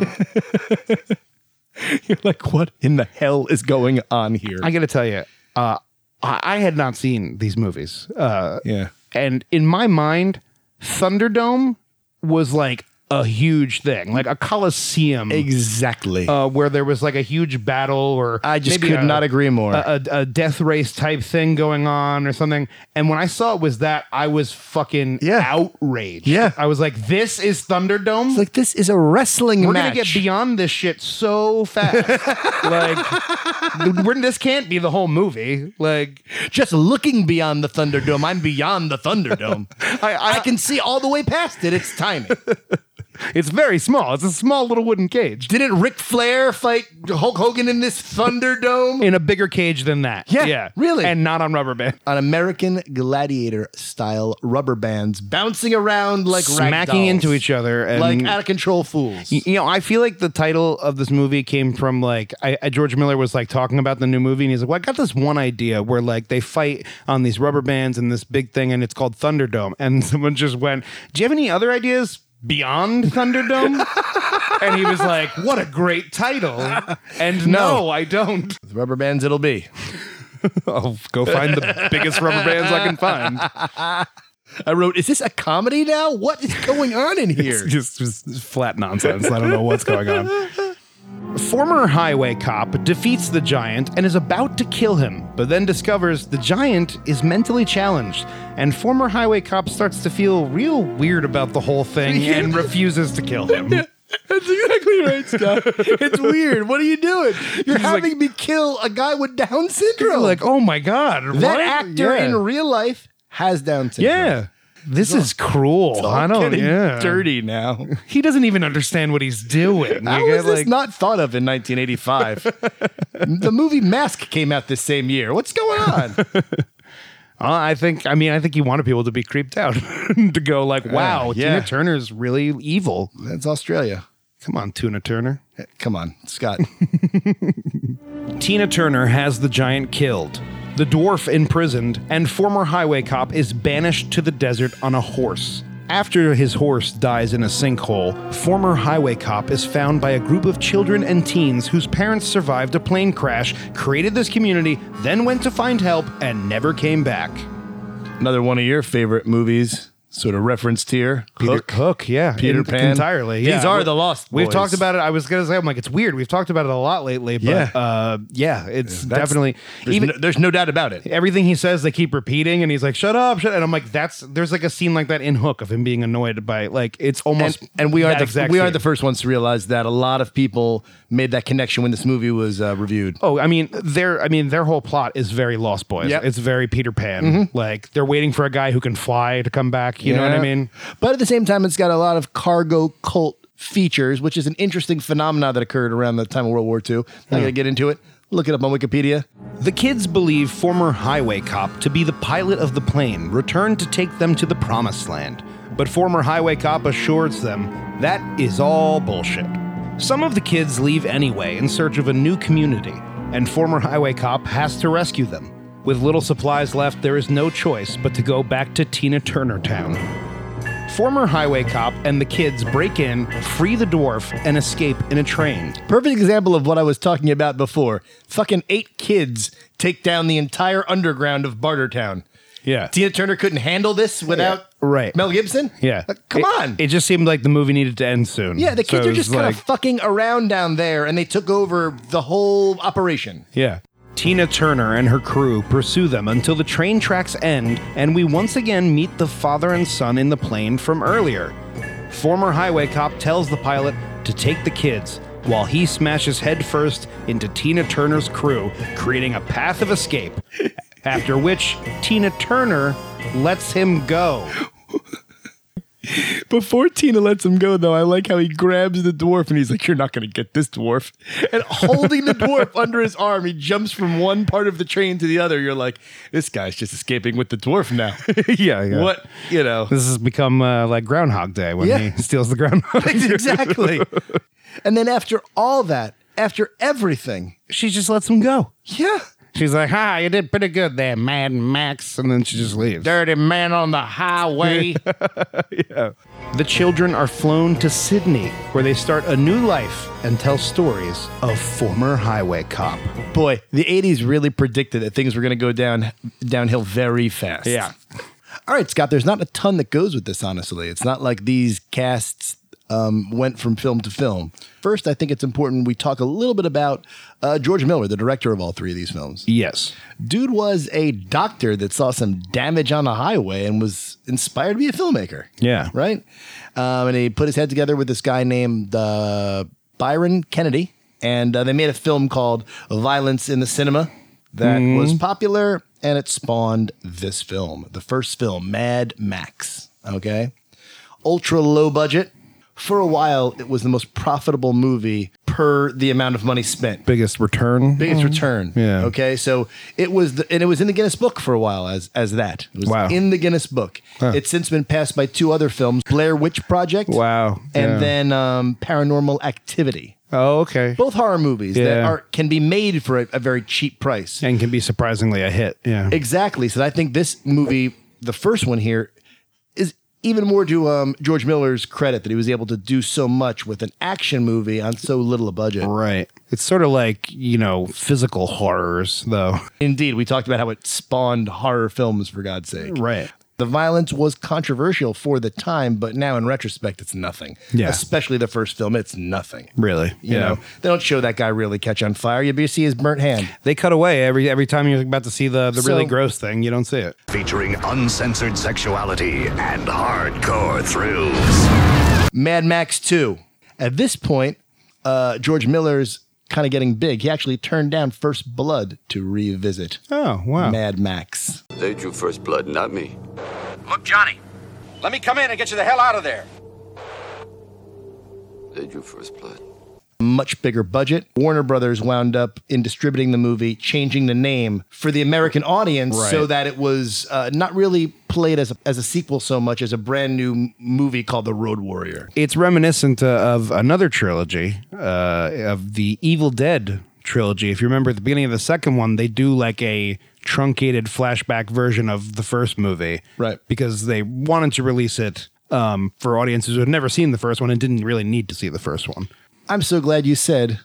Speaker 4: You're like, what in the hell is going on here?
Speaker 5: I got to tell you, uh, I, I had not seen these movies. Uh,
Speaker 4: yeah.
Speaker 5: and in my mind, Thunderdome was like a huge thing, like a coliseum.
Speaker 4: Exactly.
Speaker 5: uh, where there was like a huge battle, or
Speaker 4: I just
Speaker 5: maybe uh,
Speaker 4: could
Speaker 5: a-
Speaker 4: not agree more.
Speaker 5: A, a, a death race type thing going on, or something. And when I saw it was that, I was fucking
Speaker 4: Yeah.
Speaker 5: outraged.
Speaker 4: Yeah.
Speaker 5: I was like, "This is Thunderdome.
Speaker 4: It's like this is a wrestling
Speaker 5: we're
Speaker 4: match.
Speaker 5: gonna get beyond this shit so fast. like, we're, this can't be the whole movie. Like,
Speaker 4: Just looking beyond the Thunderdome, I'm beyond the Thunderdome.
Speaker 5: I- I-
Speaker 4: can see all the way past it. It's tiny.
Speaker 5: it's very small. It's a small little wooden cage."
Speaker 4: Didn't Ric Flair fight Hulk Hogan in this Thunderdome?
Speaker 5: in a bigger cage than that.
Speaker 4: Yeah, really.
Speaker 5: And not on rubber band.
Speaker 4: an American gladiator style rubber bands bouncing around like rag
Speaker 5: Smacking
Speaker 4: dolls.
Speaker 5: into each other and-
Speaker 4: like out of control fools.
Speaker 5: You know, I feel like the title of this movie came from like I, I- George Miller was like talking about the new movie, and he's like, "Well, I got this one idea where like they fight on these rubber bands and this big thing, and it's called Thunderdome." And someone just went, "Do you have any other ideas beyond Thunderdome?" and he was like, "What a great title!" And no, I don't.
Speaker 4: With rubber bands it'll be.
Speaker 5: I'll go find the biggest rubber bands I can find.
Speaker 4: I wrote, is this a comedy now? What is going on in here?
Speaker 5: It's just, just flat nonsense. I don't know what's going on. Former highway cop defeats the giant and is about to kill him, but then discovers the giant is mentally challenged, and former highway cop starts to feel real weird about the whole thing and refuses to kill him.
Speaker 4: That's exactly right, Scott. It's weird. What are you doing? You're
Speaker 5: He's like-
Speaker 4: having me kill a guy with Down syndrome.
Speaker 5: like, oh my god,
Speaker 4: that
Speaker 5: what?
Speaker 4: actor
Speaker 5: Yeah.
Speaker 4: in real life has Down syndrome. Oh,
Speaker 5: yeah. This is cruel. I don't.
Speaker 4: Getting
Speaker 5: Yeah.
Speaker 4: dirty now.
Speaker 5: He doesn't even understand what he's doing.
Speaker 4: How
Speaker 5: You
Speaker 4: was
Speaker 5: get,
Speaker 4: this
Speaker 5: like-
Speaker 4: not thought of in 1985? the movie Mask came out this same year. What's going on?
Speaker 5: Uh, I think. I mean, I think he wanted people to be creeped out to go like, "Wow,
Speaker 4: yeah.
Speaker 5: Tina Turner's really evil."
Speaker 4: That's Australia.
Speaker 5: Come on, Tina Turner.
Speaker 4: Come on, Scott.
Speaker 5: Tina Turner has the giant killed, the dwarf imprisoned, and former highway cop is banished to the desert on a horse. After his horse dies in a sinkhole, former highway cop is found by a group of children and teens whose parents survived a plane crash, created this community, then went to find help, and never came back.
Speaker 4: Another one of your favorite movies, sort of referenced here. Hook.
Speaker 5: Hook, yeah,
Speaker 4: Peter Pan.
Speaker 5: entirely.
Speaker 4: These
Speaker 5: yeah.
Speaker 4: are
Speaker 5: We-
Speaker 4: the Lost
Speaker 5: We've
Speaker 4: Boys.
Speaker 5: talked about it. I was gonna say, I'm like, it's weird. We've talked about it a lot lately, but
Speaker 4: Yeah.
Speaker 5: uh, yeah, it's
Speaker 4: That's-
Speaker 5: definitely
Speaker 4: There's, no, there's no doubt about it.
Speaker 5: everything he says they keep repeating and he's like shut up shut up. and i'm like that's there's like a scene like that in hook of him being annoyed by like it's
Speaker 4: And,
Speaker 5: almost
Speaker 4: and we are
Speaker 5: that
Speaker 4: the
Speaker 5: exact
Speaker 4: we are
Speaker 5: scene.
Speaker 4: the first ones to realize that a lot of people made that connection when this movie was uh, reviewed.
Speaker 5: Oh, I mean, their I mean, their whole plot is very Lost Boys.
Speaker 4: Yep. Mm-hmm.
Speaker 5: It's very Peter Pan. Like they're waiting for a guy who can fly to come back. You know what I
Speaker 4: Yeah.
Speaker 5: mean?
Speaker 4: But at the same time, it's got a lot of cargo cult features, which is an interesting phenomenon that occurred around the time of World War II.
Speaker 5: Hmm.
Speaker 4: I'm not gonna get into it. Look it up on Wikipedia.
Speaker 5: The kids believe former highway cop to be the pilot of the plane returned to take them to the promised land, but former highway cop assures them that is all bullshit. Some of the kids leave anyway in search of a new community, and former highway cop has to rescue them. With little supplies left, there is no choice but to go back to Tina Turner Town. Former highway cop and the kids break in, free the dwarf, and escape in a train.
Speaker 4: Perfect example of what I was talking about before. Fucking eight kids take down the entire underground of Bartertown.
Speaker 5: Yeah.
Speaker 4: Tina Turner couldn't handle this without
Speaker 5: right.
Speaker 4: Mel Gibson.
Speaker 5: Yeah.
Speaker 4: Like, come
Speaker 5: It-
Speaker 4: on.
Speaker 5: It just seemed like the movie needed to end soon.
Speaker 4: yeah, the
Speaker 5: So
Speaker 4: kids
Speaker 5: it
Speaker 4: are
Speaker 5: was
Speaker 4: just kind of fucking around down there, and they took over the whole operation.
Speaker 5: Yeah. Tina Turner and her crew pursue them until the train tracks end, and we once again meet the father and son in the plane from earlier. Former highway cop tells the pilot to take the kids, while he smashes headfirst into Tina Turner's crew, creating a path of escape. After which, Tina Turner lets him go.
Speaker 4: Before Tina lets him go, though, I like how he grabs the dwarf and he's like, You're not going to get this dwarf. And holding the dwarf under his arm, he jumps from one part of the train to the other. You're like, This guy's just escaping with the dwarf now.
Speaker 5: yeah, yeah.
Speaker 4: What, you know?
Speaker 5: This has become uh, like Groundhog Day when
Speaker 4: Yeah.
Speaker 5: he steals the groundhog.
Speaker 4: exactly. And then after all that, after everything,
Speaker 5: she just lets him go.
Speaker 4: yeah.
Speaker 5: She's like, "Ha, you did pretty good there, Mad Max," and then she just leaves. Dirty man on the highway. The children are flown to Sydney, where they start a new life and tell stories of former highway cop.
Speaker 4: Boy, the 80s really predicted that things were going to go down downhill very fast. All right, Scott, there's not a ton that goes with this, honestly. It's not like these casts um, went from film to film. First, I think it's important we talk a little bit about uh, George Miller, the director of all three of these films.
Speaker 5: Yes.
Speaker 4: Dude was a doctor that saw some damage on the highway and was inspired to be a filmmaker.
Speaker 5: Yeah.
Speaker 4: Right? Um, and he put his head together with this guy named uh, Byron Kennedy. And uh, they made a film called Violence in the Cinema that was popular and it spawned this film, the first film, Mad Max. Okay. Ultra low budget. For a while, it was the most profitable movie per the amount of money spent
Speaker 5: Biggest return.
Speaker 4: biggest return.
Speaker 5: Mm-hmm. Yeah.
Speaker 4: Okay. So it was, the, and it was in the Guinness Book for a while as as that. It was
Speaker 5: Wow.
Speaker 4: In the Guinness Book. It's since been passed by two other films: Blair Witch Project.
Speaker 5: Wow.
Speaker 4: And
Speaker 5: Yeah.
Speaker 4: then um, Paranormal Activity.
Speaker 5: Oh, okay.
Speaker 4: Both horror movies that
Speaker 5: Yeah.
Speaker 4: are can be made for a, a very cheap price.
Speaker 5: and can be surprisingly a hit. Yeah.
Speaker 4: Exactly. So I think this movie, the first one here, is even more to um, George Miller's credit that he was able to do so much with an action movie on so little a budget.
Speaker 5: right. It's sort of like you know physical horrors, though.
Speaker 4: Indeed, we talked about how it spawned horror films for God's sake.
Speaker 5: Right.
Speaker 4: The violence was controversial for the time, but now in retrospect, it's nothing.
Speaker 5: Yeah.
Speaker 4: Especially the first film, it's nothing.
Speaker 5: Really.
Speaker 4: You know, they don't show that guy really catch on fire. You see his burnt hand.
Speaker 5: They cut away every every time you're about to see the the really
Speaker 4: So-
Speaker 5: gross thing. You don't see it.
Speaker 8: featuring uncensored sexuality and hardcore thrills.
Speaker 4: Mad Max 2. At this point, uh, George Miller's kind of getting big. He actually turned down First Blood to revisit
Speaker 5: Oh wow.
Speaker 4: Mad Max.
Speaker 9: They drew first blood, not me.
Speaker 10: Look, Johnny, let me come in and get you the hell out of there.
Speaker 9: They drew first blood.
Speaker 4: Much bigger budget. Warner Brothers wound up in distributing the movie, changing the name for the American audience so
Speaker 5: Right.
Speaker 4: that it was uh, not really played as a, as a sequel so much as a brand new m- movie called The Road Warrior.
Speaker 5: it's reminiscent uh, of another trilogy uh, of the Evil Dead trilogy. If you remember at the beginning of the second one, they do like a truncated flashback version of the first movie,
Speaker 4: Right.
Speaker 5: Because they wanted to release it um, for audiences who had never seen the first one and didn't really need to see the first one.
Speaker 4: I'm so glad you said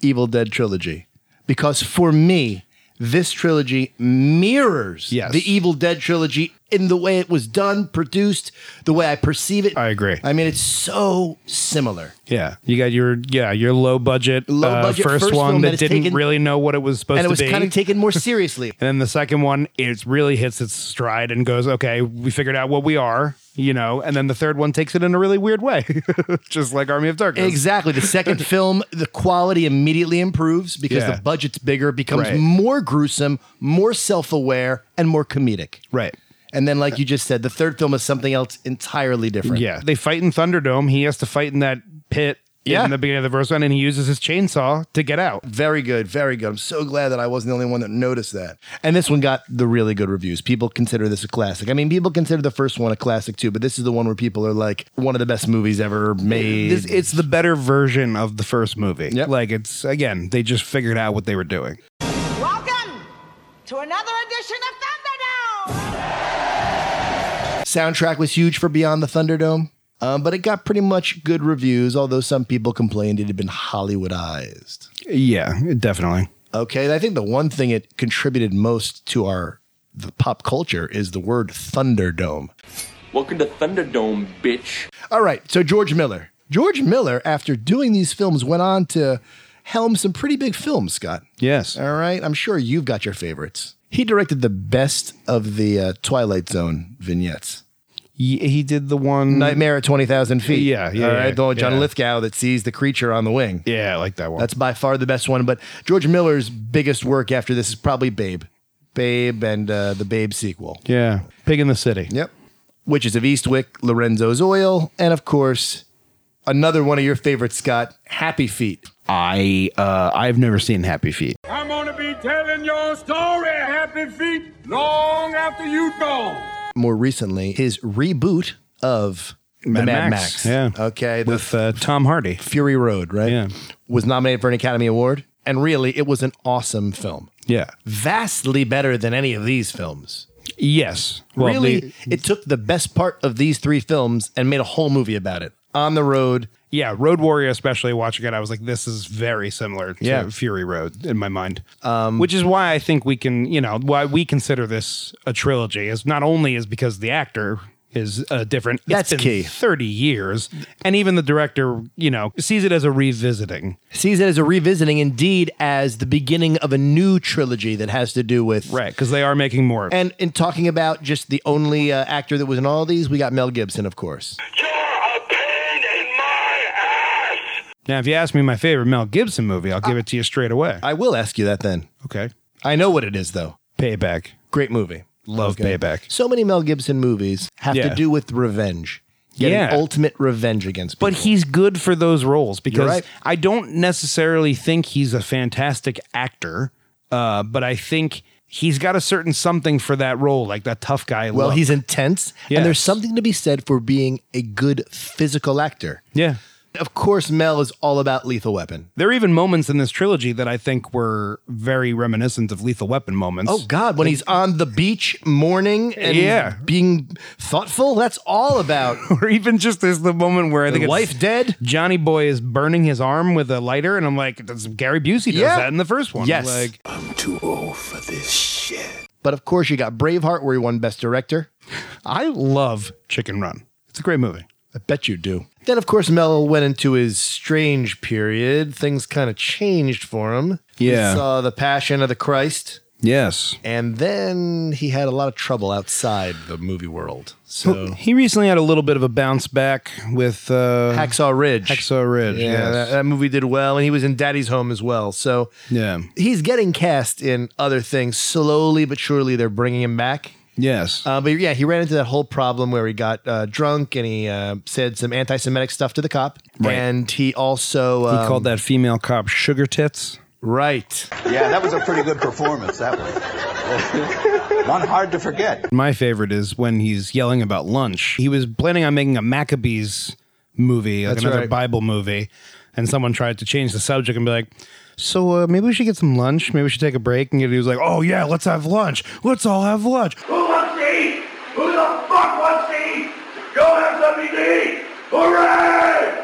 Speaker 4: Evil Dead trilogy because for me, this trilogy mirrors
Speaker 5: Yes.
Speaker 4: the Evil Dead trilogy in the way it was done, produced, the way I perceive it.
Speaker 5: I agree.
Speaker 4: I mean, it's so similar.
Speaker 5: Yeah, you got your yeah your low budget, uh,
Speaker 4: Low budget
Speaker 5: first,
Speaker 4: first
Speaker 5: one
Speaker 4: film
Speaker 5: that,
Speaker 4: that is
Speaker 5: didn't
Speaker 4: taken-
Speaker 5: really know what it was supposed
Speaker 4: and it was
Speaker 5: to be.
Speaker 4: kind of taken more seriously.
Speaker 5: And then the second one, it really hits its stride and goes, okay, we figured out what we are, you know. And then the third one takes it in a really weird way, just like Army of Darkness.
Speaker 4: Exactly. The second film, the quality immediately improves because
Speaker 5: Yeah.
Speaker 4: the budget's bigger, becomes
Speaker 5: Right.
Speaker 4: more gruesome, more self aware, and more comedic.
Speaker 5: Right.
Speaker 4: And then, like you just said, the third film is something else entirely different.
Speaker 5: Yeah. They fight in Thunderdome. He has to fight in that pit
Speaker 4: Yeah.
Speaker 5: in the beginning of the first one, and he uses his chainsaw to get out.
Speaker 4: Very good, very good. I'm so glad that I wasn't the only one that noticed that. And this one got the really good reviews. People consider this a classic. I mean, people consider the first one a classic too, but this is the one where people are like, one of the best movies ever made.
Speaker 5: This, it's the better version of the first movie.
Speaker 4: Yep.
Speaker 5: Like, it's again, they just figured out what they were doing.
Speaker 3: Welcome to another edition of Thunderdome!
Speaker 4: soundtrack was huge for Beyond the Thunderdome, um, but it got pretty much good reviews, although some people complained it had been Hollywoodized.
Speaker 5: Yeah, definitely.
Speaker 4: Okay, I think the one thing it contributed most to our the pop culture is the word Thunderdome.
Speaker 11: Welcome to Thunderdome, bitch.
Speaker 4: All right, so George Miller. George Miller, after doing these films, went on to helm some pretty big films, Scott.
Speaker 5: Yes.
Speaker 4: All right, I'm sure you've got your favorites. He directed the best of the uh, Twilight Zone vignettes.
Speaker 5: He, he did the one
Speaker 4: Nightmare at 20,000 feet.
Speaker 5: Yeah, yeah,
Speaker 4: All right.
Speaker 5: yeah,
Speaker 4: the one with John
Speaker 5: yeah.
Speaker 4: Lithgow that sees the creature on the wing.
Speaker 5: Yeah, I like that one.
Speaker 4: That's by far the best one. But George Miller's biggest work after this is probably Babe. Babe and uh, the Babe sequel.
Speaker 5: yeah, Pig in the City.
Speaker 4: Yep. Witches of Eastwick, Lorenzo's Oil, and of course, another one of your favorites, Scott, Happy Feet.
Speaker 5: I uh, I've never seen Happy Feet.
Speaker 12: I'm gonna be telling your story, Happy Feet, long after you gone.
Speaker 4: More recently, his reboot of the Mad Max.
Speaker 5: Yeah.
Speaker 4: Okay. The
Speaker 5: With uh, Tom Hardy.
Speaker 4: Fury Road, right?
Speaker 5: Yeah.
Speaker 4: Was nominated for an Academy Award. And really, it was an awesome film.
Speaker 5: Yeah.
Speaker 4: Vastly better than any of these films.
Speaker 5: Yes. Well,
Speaker 4: really,
Speaker 5: the-
Speaker 4: it took the best part of these three films and made a whole movie about it. On the road,
Speaker 5: yeah. Road Warrior, especially watching it, I was like, this is very similar to
Speaker 4: Yeah.
Speaker 5: Fury Road in my mind. Um, Which is why I think we can, you know, why we consider this a trilogy is not only is because the actor is uh, different. It's
Speaker 4: That's
Speaker 5: been
Speaker 4: key.
Speaker 5: Thirty years, and even the director, you know, sees it as a revisiting.
Speaker 4: sees it as a revisiting, indeed, as the beginning of a new trilogy that has to do with
Speaker 5: Right. Because they are making more. of it.
Speaker 4: And in talking about just the only uh, actor that was in all these, we got Mel Gibson, of course.
Speaker 12: You're a pain in my ass.
Speaker 5: now, if you ask me my favorite Mel Gibson movie, I'll give it to you straight away.
Speaker 4: I will ask you that then.
Speaker 5: okay.
Speaker 4: I know what it is, though.
Speaker 5: Payback.
Speaker 4: Great movie.
Speaker 5: Love Payback.
Speaker 4: So many Mel Gibson movies have
Speaker 5: Yeah.
Speaker 4: to do with revenge. Getting
Speaker 5: Yeah.
Speaker 4: ultimate revenge against people.
Speaker 5: But he's good for those roles because
Speaker 4: right.
Speaker 5: I don't necessarily think he's a fantastic actor, uh, but I think he's got a certain something for that role, like that tough guy.
Speaker 4: Well,
Speaker 5: look.
Speaker 4: he's intense,
Speaker 5: Yes.
Speaker 4: and there's something to be said for being a good physical actor.
Speaker 5: yeah.
Speaker 4: Of course, Mel is all about Lethal Weapon.
Speaker 5: There are even moments in this trilogy that I think were very reminiscent of Lethal Weapon moments.
Speaker 4: Oh God, when he's on the beach mourning and
Speaker 5: Yeah.
Speaker 4: being thoughtful, that's all about
Speaker 5: or even just there's the moment where I think
Speaker 4: the
Speaker 5: it's
Speaker 4: wife dead.
Speaker 5: Johnny Boy is burning his arm with a lighter, and I'm like, that's, Gary Busey does
Speaker 4: Yeah.
Speaker 5: that in the first one.
Speaker 4: Yes.
Speaker 5: Like,
Speaker 4: But of course, you got Braveheart, where he won Best Director.
Speaker 5: I love Chicken Run. It's a great movie.
Speaker 4: I bet you do. Then, of course, Mel went into his strange period. Things kind of changed for him.
Speaker 5: Yeah.
Speaker 4: He saw the Passion of the Christ,
Speaker 5: Yes.
Speaker 4: and then he had a lot of trouble outside the movie world. So,
Speaker 5: He recently had a little bit of a bounce back with uh,
Speaker 4: Hacksaw Ridge.
Speaker 5: Hacksaw Ridge.
Speaker 4: Yeah,
Speaker 5: yes.
Speaker 4: that, that movie did well, and he was in Daddy's Home as well. So
Speaker 5: Yeah.
Speaker 4: he's getting cast in other things slowly but surely. They're bringing him back.
Speaker 5: Yes.
Speaker 4: Uh, but yeah, he ran into that whole problem where he got uh, drunk and he uh, said some anti-Semitic stuff to the cop,
Speaker 5: Right.
Speaker 4: and he also
Speaker 5: he
Speaker 4: um,
Speaker 5: called that female cop sugar tits.
Speaker 4: right.
Speaker 10: Yeah, that was a pretty good performance, that one. One hard to forget.
Speaker 5: My favorite is when he's yelling about lunch. He was planning on making a Maccabees movie, like
Speaker 4: That's
Speaker 5: another
Speaker 4: right.
Speaker 5: Bible movie, and someone tried to change the subject and be like, "So uh, maybe we should get some lunch. Maybe we should take a break." And he was like, "Oh yeah, let's have lunch. Let's all have lunch."
Speaker 12: Who wants to eat? Who the fuck wants to eat? You'll have something to eat. Hooray!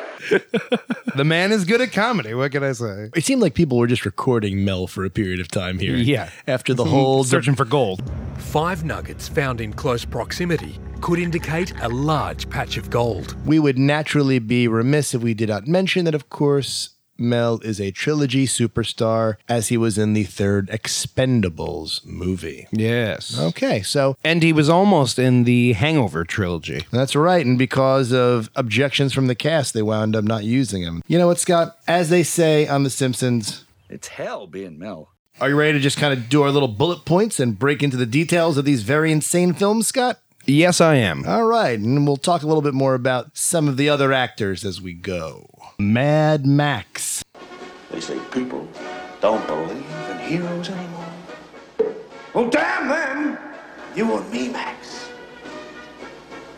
Speaker 5: The man is good at comedy. What can I say?
Speaker 4: It seemed like people were just recording Mel for a period of time here.
Speaker 5: Yeah.
Speaker 4: after the whole
Speaker 5: Searching for gold.
Speaker 2: Five nuggets found in close proximity could indicate a large patch of gold.
Speaker 4: we would naturally be remiss if we did not mention that, of course, Mel is a trilogy superstar as he was in the third Expendables movie.
Speaker 5: Yes.
Speaker 4: Okay, so
Speaker 5: And he was almost in the Hangover trilogy.
Speaker 4: that's right. And because of objections from the cast, they wound up not using him. You know what, Scott? As they say on The Simpsons,
Speaker 11: It's hell being Mel.
Speaker 4: are you ready to just kind of do our little bullet points and break into the details of these very insane films, Scott?
Speaker 5: Yes, I am.
Speaker 4: All right, and we'll talk a little bit more about some of the other actors as we go. Mad Max.
Speaker 10: They say people don't believe in heroes anymore. Well, damn them! You and me, Max.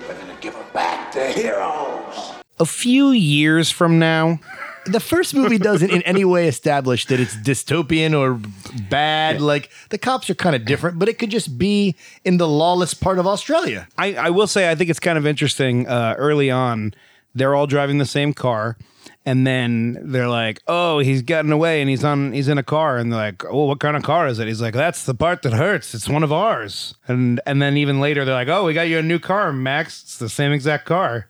Speaker 10: We're gonna give them back to heroes.
Speaker 5: A few years from now,
Speaker 4: the first movie doesn't in any way establish that it's dystopian or bad. Like the cops are kind of different, but it could just be in the lawless part of Australia.
Speaker 5: I, I will say I think it's kind of interesting. Uh, early on, they're all driving the same car, and then they're like, "Oh, he's gotten away, and he's on he's in a car." And they're like, "Oh, what kind of car is it?" He's like, "That's the part that hurts. It's one of ours." And and then even later, they're like, "Oh, we got you a new car, Max. It's the same exact car."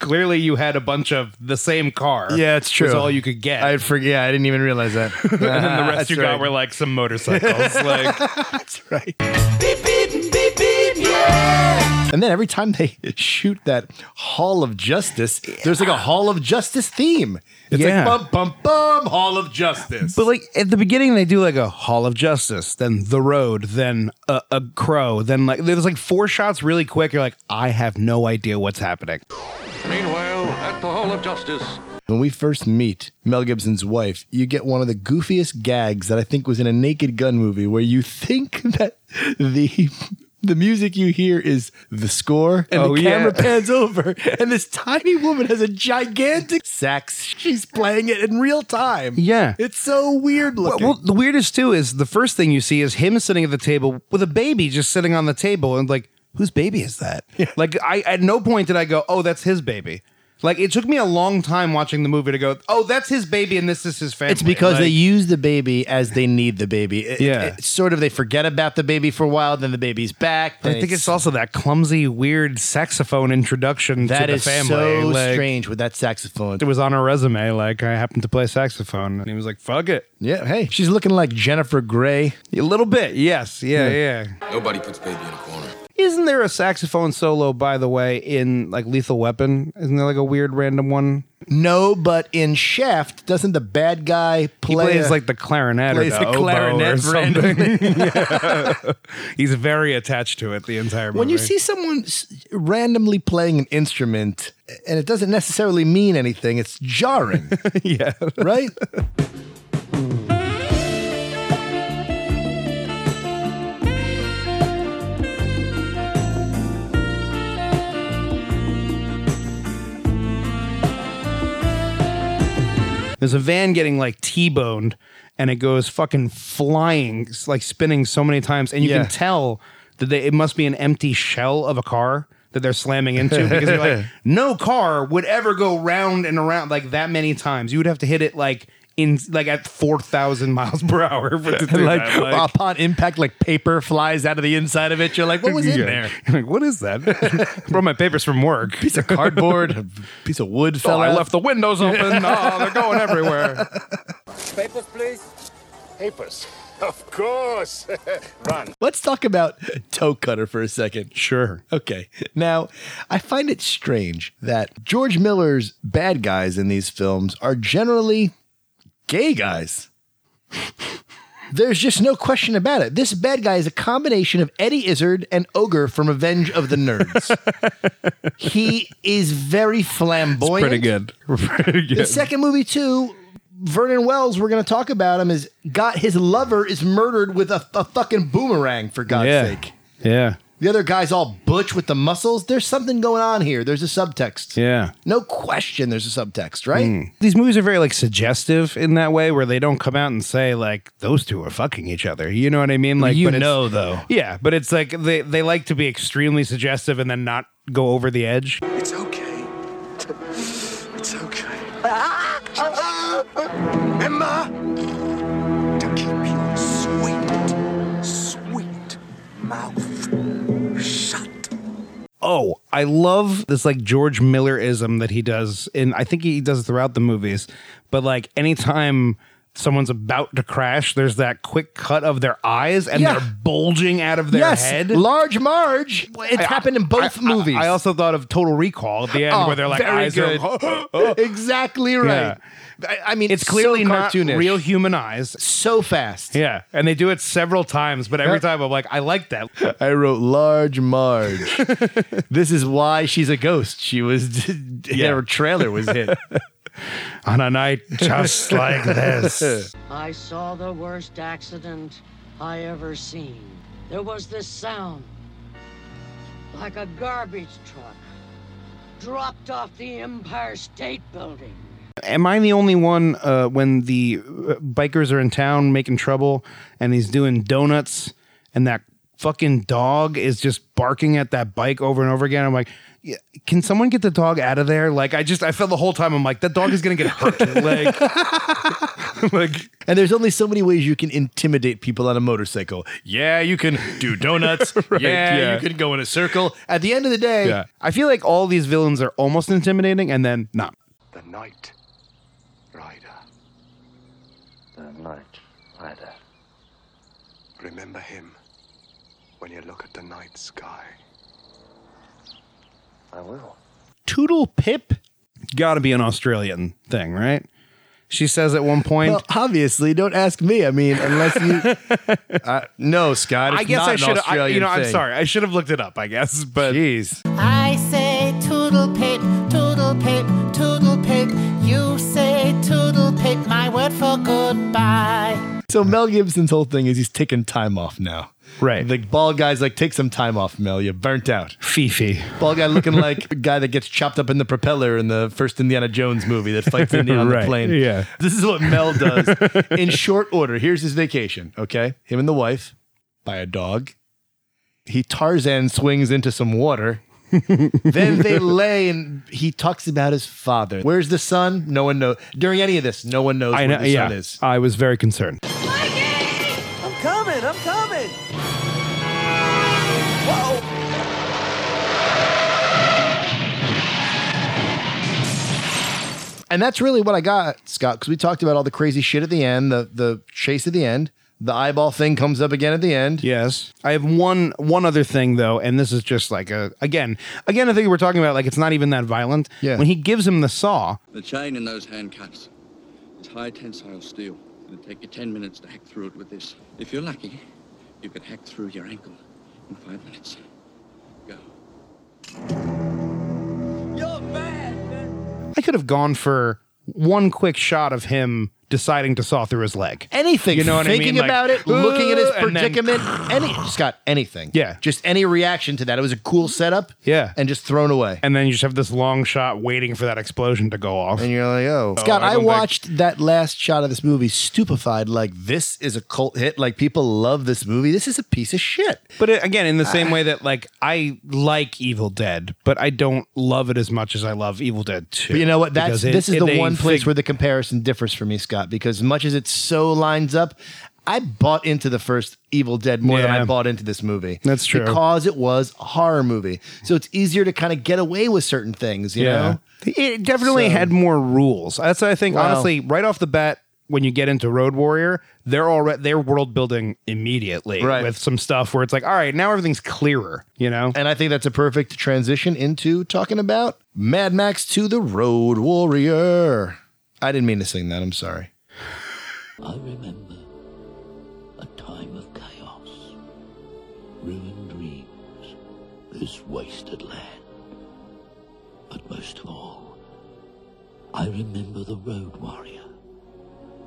Speaker 5: Clearly, you had a bunch of the same car.
Speaker 4: Yeah, it's true.
Speaker 5: Was all you could get.
Speaker 4: forget. I didn't even realize that. and
Speaker 5: and then the rest you got were like some motorcycles. like
Speaker 4: that's right.
Speaker 3: Beep beep beep beep yeah.
Speaker 4: And then every time they shoot that Hall of Justice, there's like a Hall of Justice theme. It's
Speaker 5: Yeah.
Speaker 4: like bum bum bum Hall of Justice.
Speaker 5: But like at the beginning, they do like a Hall of Justice, then the road, then a, a crow, then like there's like four shots really quick. You're like, I have no idea what's happening.
Speaker 13: Meanwhile, at the Hall of Justice,
Speaker 4: When we first meet Mel Gibson's wife, you get one of the goofiest gags that I think was in a Naked Gun movie where you think that the the music you hear is the score and
Speaker 5: Oh,
Speaker 4: the
Speaker 5: yeah.
Speaker 4: camera pans over and this tiny woman has a gigantic sax. She's playing it in real time.
Speaker 5: Yeah.
Speaker 4: It's so weird
Speaker 5: Well,
Speaker 4: looking.
Speaker 5: well, the weirdest too is the first thing you see is him sitting at the table with a baby just sitting on the table, and like, whose baby is that? Like, I at no point did I go, oh, that's his baby. Like, it took me a long time watching the movie to go, oh, that's his baby, and this is his family.
Speaker 4: It's because
Speaker 5: Like-
Speaker 4: they use the baby as they need the baby. It-
Speaker 5: Yeah.
Speaker 4: it- it's sort of they forget about the baby for a while, then the baby's back.
Speaker 5: I think it's also that clumsy, weird saxophone introduction
Speaker 4: that
Speaker 5: to the
Speaker 4: is
Speaker 5: family.
Speaker 4: so
Speaker 5: like,
Speaker 4: strange with that saxophone.
Speaker 5: It was on her resume. Like, I happened to play saxophone, and he was like, "Fuck it."
Speaker 4: Yeah. Hey, she's looking like Jennifer Grey.
Speaker 5: A little bit. Yes. Yeah. Yeah.
Speaker 9: Nobody puts baby in a corner.
Speaker 5: Isn't there a saxophone solo, by the way, in like Lethal Weapon? Isn't there like a weird random one?
Speaker 4: No, but in Shaft, doesn't the bad guy
Speaker 5: He
Speaker 4: play?
Speaker 5: plays
Speaker 4: a-
Speaker 5: like the clarinet
Speaker 4: plays
Speaker 5: or
Speaker 4: the
Speaker 5: the, oboe
Speaker 4: clarinet
Speaker 5: or
Speaker 4: randomly.
Speaker 5: something. Yeah. He's very attached to it the entire movie.
Speaker 4: when you see someone s- randomly playing an instrument, and it doesn't necessarily mean anything, it's jarring.
Speaker 5: yeah.
Speaker 4: Right?
Speaker 5: There's a van getting like T-boned and it goes fucking flying, s- like spinning so many times. And you
Speaker 4: Yeah.
Speaker 5: can tell that they, it must be an empty shell of a car that they're slamming into because you're like, no car would ever go round and around like that many times. You would have to hit it like in like at 4,000 miles per hour. For it to do
Speaker 4: like,
Speaker 5: that. Like-
Speaker 4: upon impact, like paper flies out of the inside of it. You're like, what was in
Speaker 5: Yeah.
Speaker 4: there?
Speaker 5: You're like, what is that? Brought my papers from work.
Speaker 4: Piece of cardboard, a piece of wood fell
Speaker 5: Oh, I
Speaker 4: out.
Speaker 5: left the windows open. oh, they're going everywhere.
Speaker 14: Papers, please. Papers. Of course. Run.
Speaker 4: Let's talk about Toe Cutter for a second.
Speaker 5: Sure.
Speaker 4: Okay. Now, I find it strange that George Miller's bad guys in these films are generally gay guys. There's just no question about it. This bad guy is a combination of Eddie Izzard and Ogre from Revenge of the Nerds. he is very flamboyant.
Speaker 5: Pretty good. Pretty good.
Speaker 4: The second movie too. Vernon Wells, we're going to talk about him. Is got his lover is murdered with a, a fucking boomerang for God's
Speaker 5: yeah.
Speaker 4: sake.
Speaker 5: Yeah.
Speaker 4: The other guy's all butch with the muscles. There's something going on here. There's a subtext.
Speaker 5: Yeah.
Speaker 4: No question. There's a subtext, right?
Speaker 5: Mm. These movies are very like suggestive in that way, where they don't come out and say like those two are fucking each other. You know what I mean? Like,
Speaker 4: You
Speaker 5: it's-
Speaker 4: know, though.
Speaker 5: Yeah, but it's like they they like to be extremely suggestive and then not go over the edge.
Speaker 9: It's okay. It's okay. Emma! To keep your sweet, sweet mouth shut.
Speaker 5: Oh, I love this like George Millerism that he does, and I think he does it throughout the movies. But like anytime someone's about to crash, there's that quick cut of their eyes and
Speaker 4: Yeah.
Speaker 5: they're bulging out of their
Speaker 4: yes,
Speaker 5: head.
Speaker 4: Large Marge. It's
Speaker 5: I-
Speaker 4: happened in both
Speaker 5: I- I-
Speaker 4: movies.
Speaker 5: I, also thought of Total Recall at the end,
Speaker 4: Oh,
Speaker 5: where they're like
Speaker 4: very
Speaker 5: eyes
Speaker 4: good.
Speaker 5: are.
Speaker 4: exactly right. I, I mean,
Speaker 5: It's clearly
Speaker 4: so
Speaker 5: not
Speaker 4: cartoonish.
Speaker 5: real human eyes.
Speaker 4: so fast.
Speaker 5: Yeah, and they do it several times, but every
Speaker 4: Yeah.
Speaker 5: time I'm like, I like that.
Speaker 4: I wrote large Marge. this is why she's a ghost. She was her trailer was hit.
Speaker 5: On a night just like this.
Speaker 15: I saw the worst accident I ever seen. There was this sound like a garbage truck dropped off the Empire State Building.
Speaker 5: Am I the only one uh, when the uh, bikers are in town making trouble and he's doing donuts and that fucking dog is just barking at that bike over and over again? I'm like, "Yeah, can someone get the dog out of there? Like, I just, I felt the whole time, I'm like, that dog is going to get hurt. like, like,
Speaker 4: And there's only so many ways you can intimidate people on a motorcycle. Yeah, you can do donuts. yeah,
Speaker 5: yeah.
Speaker 4: you can go in a circle. At the end of the day,
Speaker 5: yeah. I feel like all these villains are almost intimidating and then not.
Speaker 9: The Night Rider. The Night Rider. Remember him when you look at the night sky. I will.
Speaker 5: Toodle Pip? Gotta be an Australian thing, right? She says at one point.
Speaker 4: Well, obviously, don't ask me. I mean, unless you. uh, no, Scott. It's
Speaker 5: I guess
Speaker 4: not
Speaker 5: I
Speaker 4: an
Speaker 5: should have.
Speaker 4: Australian
Speaker 5: You know, I'm
Speaker 4: thing.
Speaker 5: sorry. I should have looked it up. I guess, but
Speaker 4: jeez.
Speaker 3: I say toodle pip, toodle pip, toodle pip. You say toodle pip, my word for goodbye.
Speaker 4: So Mel Gibson's whole thing is he's taking time off now.
Speaker 5: Right.
Speaker 4: The bald guy's like, take some time off, Mel. You're burnt out.
Speaker 5: Fifi.
Speaker 4: Bald guy looking like a guy that gets chopped up in the propeller in the first Indiana Jones movie that fights Indiana on
Speaker 5: Right,
Speaker 4: the plane.
Speaker 5: yeah.
Speaker 4: This is what Mel does. in short order, here's his vacation, okay? Him and the wife buy a dog. He Tarzan swings into some water. then they lay and he talks about his father. Where's the son? No one knows. During any of this, no one knows where
Speaker 5: I know.
Speaker 4: the
Speaker 5: Yeah,
Speaker 4: son is.
Speaker 5: I was very concerned.
Speaker 3: I'm coming, I'm coming.
Speaker 4: And that's really what I got, Scott, because we talked about all the crazy shit at the end, the the chase at the end, the eyeball thing comes up again at the end.
Speaker 5: Yes. I have one one other thing though, and this is just like a again again. I think we're talking about like it's not even that violent. Yeah. When he gives him the saw,
Speaker 16: The chain in those handcuffs is high tensile steel. It'll take you 10 minutes to hack through it with this. If you're lucky, you can hack through your ankle in five minutes. Go.
Speaker 5: I could have gone for one quick shot of him deciding to saw through his leg.
Speaker 4: Anything,
Speaker 5: You know what I mean?
Speaker 4: thinking
Speaker 5: Like,
Speaker 4: about it, looking at his
Speaker 5: "Ugh," and then-
Speaker 4: predicament, any Scott, anything.
Speaker 5: Yeah.
Speaker 4: Just any reaction to that. It was a cool setup.
Speaker 5: Yeah.
Speaker 4: And just thrown away.
Speaker 5: And then you just have this long shot waiting for that explosion to go off. And
Speaker 4: you're like, oh. Scott, I, watched that last shot of this movie stupefied, like this is a cult hit. Like people love this movie. This is a piece of shit.
Speaker 5: But it, again, in the same way that like I like Evil Dead, but I don't love it as much as I love Evil Dead 2.
Speaker 4: But you know what? That's
Speaker 5: Because it-
Speaker 4: this is
Speaker 5: it-
Speaker 4: the
Speaker 5: they
Speaker 4: one place
Speaker 5: fig-
Speaker 4: where the comparison differs for me, Scott, because as much as it so lines up, I bought into the first Evil Dead more than I
Speaker 5: Yeah.
Speaker 4: bought into this movie.
Speaker 5: That's true.
Speaker 4: Because it was a horror movie. So it's easier to kind of get away with certain things, you know?
Speaker 5: It definitely had more rules. That's what I think.
Speaker 4: Wow.
Speaker 5: Honestly, right off the bat, when you get into Road Warrior, they're already they're world building immediately
Speaker 4: Right.
Speaker 5: with some stuff where it's like, all right, now everything's clearer. You know?
Speaker 4: And I think that's a perfect transition into talking about Mad Max to the Road Warrior. I didn't mean to sing that. I'm sorry.
Speaker 16: I remember a time of chaos, ruined dreams, this wasted land. But most of all, I remember the road warrior,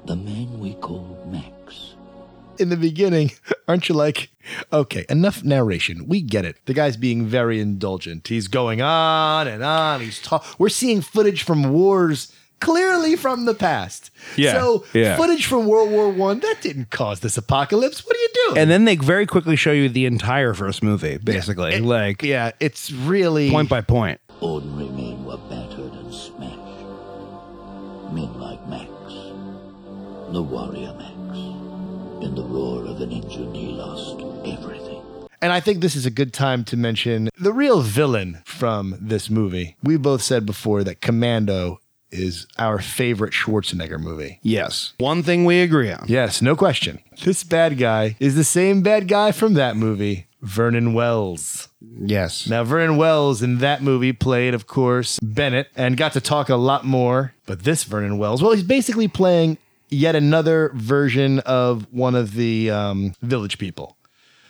Speaker 16: the man we called Max.
Speaker 4: in the beginning, aren't you like, okay, enough narration. We get it. The guy's being very indulgent. He's going on and on. He's ta- We're seeing footage from wars clearly from the past.
Speaker 5: Yeah,
Speaker 4: So
Speaker 5: yeah.
Speaker 4: footage from World War One that didn't cause this apocalypse. What are you doing?
Speaker 5: And then they very quickly show you the entire first movie, basically. like
Speaker 4: yeah, it's really
Speaker 5: point by point.
Speaker 16: Ordinary men were battered and smashed. Men like Max, the warrior Max. In the roar of an engine, he lost everything.
Speaker 4: And I think this is a good time to mention the real villain from this movie. We both said before that Commando is our favorite Schwarzenegger movie.
Speaker 5: Yes. One thing we agree on.
Speaker 4: Yes, no question. This bad guy is the same bad guy from that movie, Vernon Wells.
Speaker 5: Yes.
Speaker 4: Now, Vernon Wells in that movie played, of course, Bennett and got to talk a lot more. But this Vernon Wells, well, he's basically playing yet another version of one of the um, village people.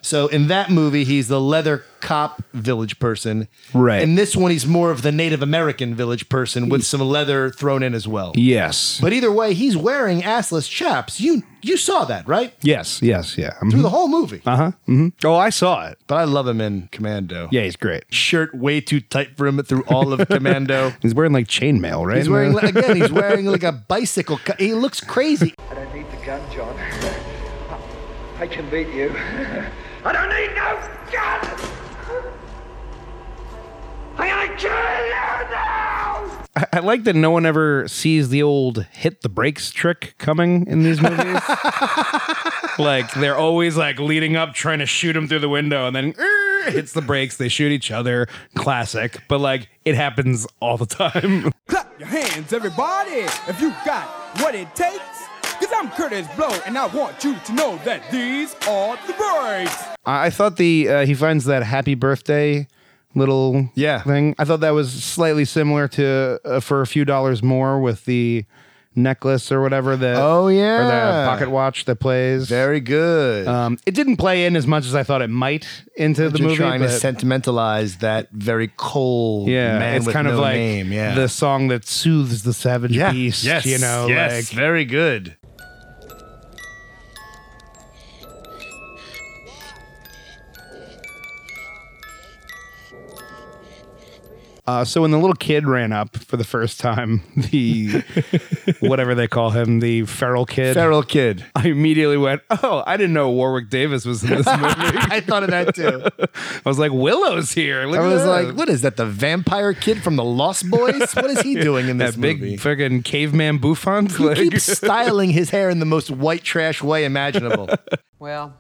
Speaker 4: So in that movie, he's the leather cop village person.
Speaker 5: Right.
Speaker 4: In this one, he's more of the Native American village person with some leather thrown in as well.
Speaker 5: Yes.
Speaker 4: But either way, he's wearing assless chaps. You you saw that, right?
Speaker 5: Yes. Yes. Yeah.
Speaker 4: Through the whole movie.
Speaker 5: Uh huh. hmm Oh, I saw it.
Speaker 4: But I love him in Commando.
Speaker 5: Yeah, he's great.
Speaker 4: Shirt way too tight for him through all of Commando.
Speaker 5: He's wearing like chainmail, right?
Speaker 4: He's wearing again. He's wearing like a bicycle. Cu- he looks crazy.
Speaker 9: I don't need the gun, John. I can beat you. I don't need no gun! I gotta kill you now!
Speaker 5: I, I like that no one ever sees the old hit the brakes trick coming in these movies. like they're always like leading up, trying to shoot him through the window, and then "Er," hits the brakes. They shoot each other. Classic, but like it happens all the time.
Speaker 17: Clap your hands, everybody, if you got what it takes. Cause I'm Curtis Blow, and I want you to know that these are the breaks.
Speaker 5: I I thought the uh, he finds that happy birthday little yeah thing. I thought that was slightly similar to uh, for a few dollars more with the necklace or whatever that
Speaker 4: Oh,
Speaker 5: or
Speaker 4: yeah.
Speaker 5: the pocket watch that plays
Speaker 4: Very good.
Speaker 5: um it didn't play in as much as i thought it might into the
Speaker 4: You're
Speaker 5: movie
Speaker 4: trying to
Speaker 5: but-
Speaker 4: sentimentalize that very cold
Speaker 5: yeah
Speaker 4: man
Speaker 5: it's
Speaker 4: with
Speaker 5: kind
Speaker 4: no
Speaker 5: of like
Speaker 4: name. Yeah.
Speaker 5: the song that soothes the savage
Speaker 4: yeah.
Speaker 5: beast
Speaker 4: Yes.
Speaker 5: you know
Speaker 4: Yes.
Speaker 5: like
Speaker 4: very good.
Speaker 5: Uh, so when the little kid ran up for the first time, the whatever they call him, the feral kid,
Speaker 4: Feral kid.
Speaker 5: I immediately went, "Oh, I didn't know Warwick Davis was in this movie." I
Speaker 4: thought of that too.
Speaker 5: I was like, "Willow's here." Look
Speaker 4: I
Speaker 5: at
Speaker 4: was
Speaker 5: this.
Speaker 4: like, what is that? The vampire kid from the Lost Boys? What is he doing in this
Speaker 5: that
Speaker 4: movie?
Speaker 5: big friggin' caveman bouffant?"
Speaker 4: He
Speaker 5: Like-
Speaker 4: keeps styling his hair in the most white trash way imaginable.
Speaker 10: Well,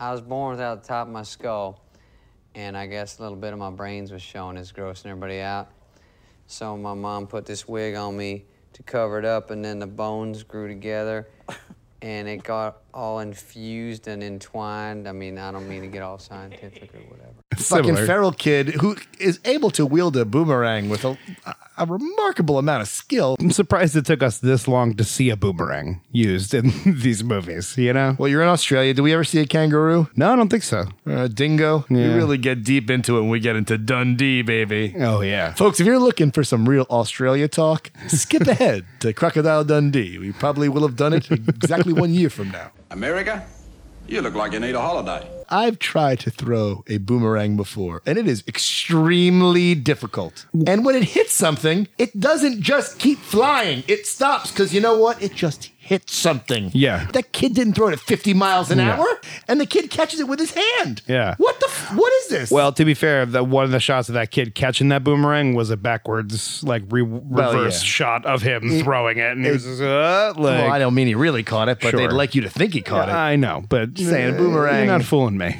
Speaker 10: I was born without the top of my skull, and I guess a little bit of my brains was showing. It's grossing everybody out. So my mom put this wig on me to cover it up, and then the bones grew together, and it got all infused and entwined. I mean, I don't mean to get all scientific or whatever.
Speaker 4: Fucking
Speaker 5: Similar.
Speaker 4: feral kid who is able to wield a boomerang with a, a remarkable amount of skill.
Speaker 5: I'm surprised it took us this long to see a boomerang used in these movies. You know?
Speaker 4: Well, you're in Australia. Do we ever see a kangaroo?
Speaker 5: No, I don't think so.
Speaker 4: Or a dingo?
Speaker 5: Yeah.
Speaker 4: We really get deep into it when we get into Dundee, baby.
Speaker 5: Oh yeah.
Speaker 4: Folks, if you're looking for some real Australia talk, skip ahead to Crocodile Dundee. We probably will have done it exactly one year from now.
Speaker 18: America, you look like you need a holiday.
Speaker 4: I've tried to throw a boomerang before, and it is extremely difficult. And when it hits something, it doesn't just keep flying, it stops because you know what? It just hits something.
Speaker 5: Yeah.
Speaker 4: That kid didn't throw it at 50 miles an
Speaker 5: Yeah.
Speaker 4: hour, and the kid catches it with his hand.
Speaker 5: Yeah.
Speaker 4: What the? F- what is this?
Speaker 5: Well, to be fair, the one of the shots of that kid catching that boomerang was a backwards, like re- reverse
Speaker 4: yeah.
Speaker 5: shot of him throwing it, and he
Speaker 4: it-
Speaker 5: was just, uh, like,
Speaker 4: well, I don't mean he really caught it, but
Speaker 5: Sure.
Speaker 4: they'd like you to think he caught it.
Speaker 5: I know, but
Speaker 4: Just saying,
Speaker 5: uh,
Speaker 4: boomerang.
Speaker 5: You're not fooling me.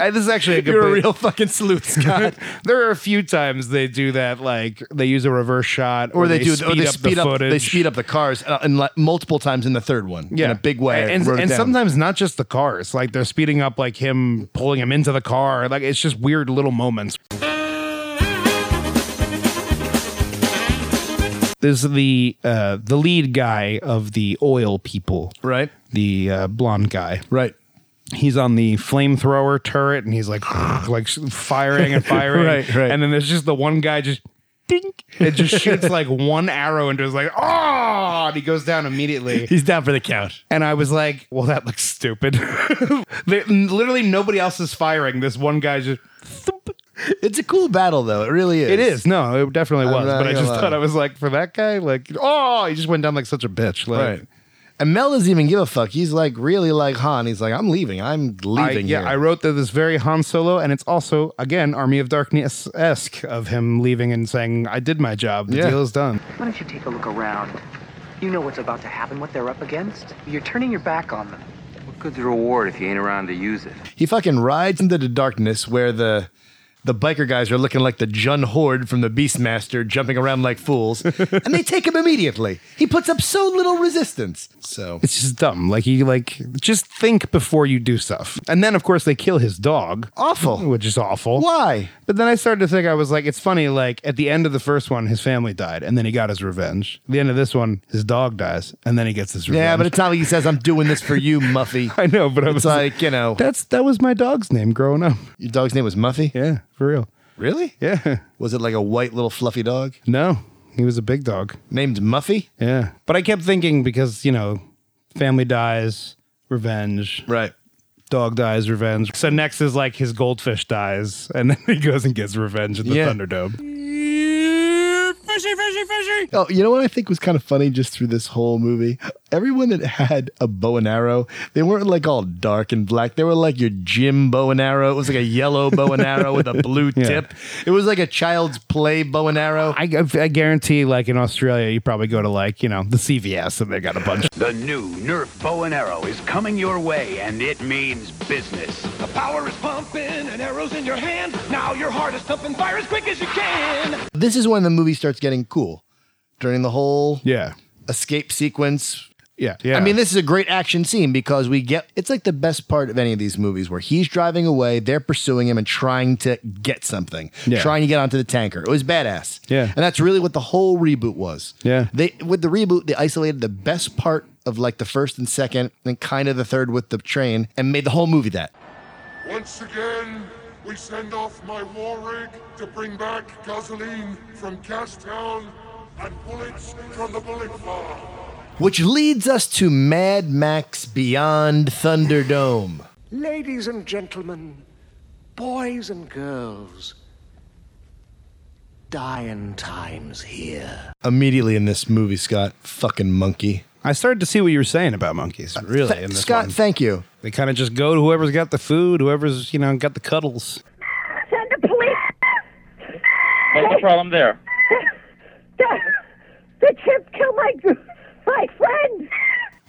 Speaker 5: I- this is actually a good.
Speaker 4: You're a
Speaker 5: point.
Speaker 4: real fucking sleuth, Scott.
Speaker 5: there are a few times they do that, like they use a reverse shot,
Speaker 4: or they, do,
Speaker 5: speed
Speaker 4: or they
Speaker 5: up
Speaker 4: speed
Speaker 5: the
Speaker 4: up,
Speaker 5: footage.
Speaker 4: they speed up the cars, uh, and like, multiple times in the third one, in a big way, I
Speaker 5: and,
Speaker 4: wrote it
Speaker 5: and
Speaker 4: down.
Speaker 5: sometimes not just the cars, like they're speeding up, like him pulling him into the car, like it's just weird little moments. There's the uh, the lead guy of the oil people,
Speaker 4: right?
Speaker 5: The uh, blonde guy,
Speaker 4: right?
Speaker 5: He's on the flamethrower turret, and he's like like firing and firing,
Speaker 4: Right, right.
Speaker 5: And then there's just the one guy just. Dink. It just shoots like one arrow into his like, oh, and he goes down immediately.
Speaker 4: He's down for the count.
Speaker 5: And I was like, well, that looks stupid. There- Literally nobody else is firing. This one guy just.
Speaker 4: It's a cool battle, though. It really is.
Speaker 5: It is. No, it definitely
Speaker 4: I'm
Speaker 5: was.
Speaker 4: not
Speaker 5: But I
Speaker 4: gonna
Speaker 5: just
Speaker 4: lie.
Speaker 5: thought I was like, for that guy, like, oh, he just went down like such a bitch. Like,
Speaker 4: Right. And Mel doesn't even give a fuck. He's like, really like Han. He's like, I'm leaving. I'm
Speaker 5: I,
Speaker 4: leaving
Speaker 5: yeah,
Speaker 4: here.
Speaker 5: I wrote that this very Han Solo, and it's also again Army of Darkness esque of him leaving and saying, "I did my job. The
Speaker 4: Yeah.
Speaker 5: deal is done."
Speaker 19: Why don't you take a look around? You know what's about to happen, what they're up against. You're turning your back on them.
Speaker 18: What good's the reward if you ain't around to use it?
Speaker 4: he fucking rides into the darkness where the the biker guys are looking like the Jun Horde from the Beastmaster, jumping around like fools, and they take him immediately. He puts up so little resistance. So
Speaker 5: It's just dumb. Like he like just think before you do stuff. And then of course they kill his dog.
Speaker 4: Awful.
Speaker 5: Which is awful.
Speaker 4: Why?
Speaker 5: But then I started to think I was like, it's funny, like at the end of the first one, his family died, and then he got his revenge. At the end of this one, his dog dies, and then he gets his revenge.
Speaker 4: yeah, but it's not like he says, "I'm doing this for you, Muffy."
Speaker 5: I know, but I
Speaker 4: It's
Speaker 5: was
Speaker 4: like you know,
Speaker 5: That's that was my dog's name growing up.
Speaker 4: your dog's name was Muffy.
Speaker 5: Yeah, for real.
Speaker 4: Really?
Speaker 5: Yeah.
Speaker 4: Was it like a white little fluffy dog
Speaker 5: No. He was a big dog.
Speaker 4: named Muffy?
Speaker 5: Yeah. But I kept thinking because, you know, family dies, revenge.
Speaker 4: Right.
Speaker 5: Dog dies, revenge. So next is like his goldfish dies, and then he goes and gets revenge at the
Speaker 4: Yeah.
Speaker 5: Thunderdome.
Speaker 4: Oh, you know what I think was kind of funny just through this whole movie? Everyone that had a bow and arrow, they weren't like all dark and black. They were like your gym bow and arrow. It was like a yellow bow and arrow with a blue
Speaker 5: Yeah.
Speaker 4: tip. It was like a child's play bow and arrow.
Speaker 5: I, I guarantee, like in Australia, you probably go to like, you know, the CVS and they got a bunch.
Speaker 20: The new Nerf bow and arrow is coming your way, and it means business.
Speaker 2: The power is pumping and arrows in your hand. Now your heart is pumping fire as quick as you can.
Speaker 4: This is when the movie starts getting cool during the whole
Speaker 5: Yeah.
Speaker 4: escape sequence.
Speaker 5: Yeah. Yeah.
Speaker 4: I mean, this is a great action scene because we get it's like the best part of any of these movies where he's driving away, they're pursuing him and trying to get something,
Speaker 5: Yeah.
Speaker 4: trying to get onto the tanker. It was badass.
Speaker 5: Yeah.
Speaker 4: And that's really what the whole reboot was.
Speaker 5: Yeah.
Speaker 4: They with the reboot, they isolated the best part of like the first and second and kind of the third with the train and made the whole movie that.
Speaker 21: Once again, we send off my war rig to bring back gasoline from Gastown and bullets from the bullet farm.
Speaker 4: Which leads us to Mad Max Beyond Thunderdome.
Speaker 22: Ladies and gentlemen, boys and girls, dying times here.
Speaker 4: Immediately in this movie, Scott, fucking monkey.
Speaker 5: I started to see what you were saying about monkeys. Really,
Speaker 4: Th-
Speaker 5: in this
Speaker 4: Scott,
Speaker 5: one.
Speaker 4: thank you.
Speaker 5: They kind of just go to whoever's got the food, whoever's you know got the cuddles.
Speaker 23: Send the police.
Speaker 24: What's the problem there?
Speaker 23: The, the chimp killed my, my friend.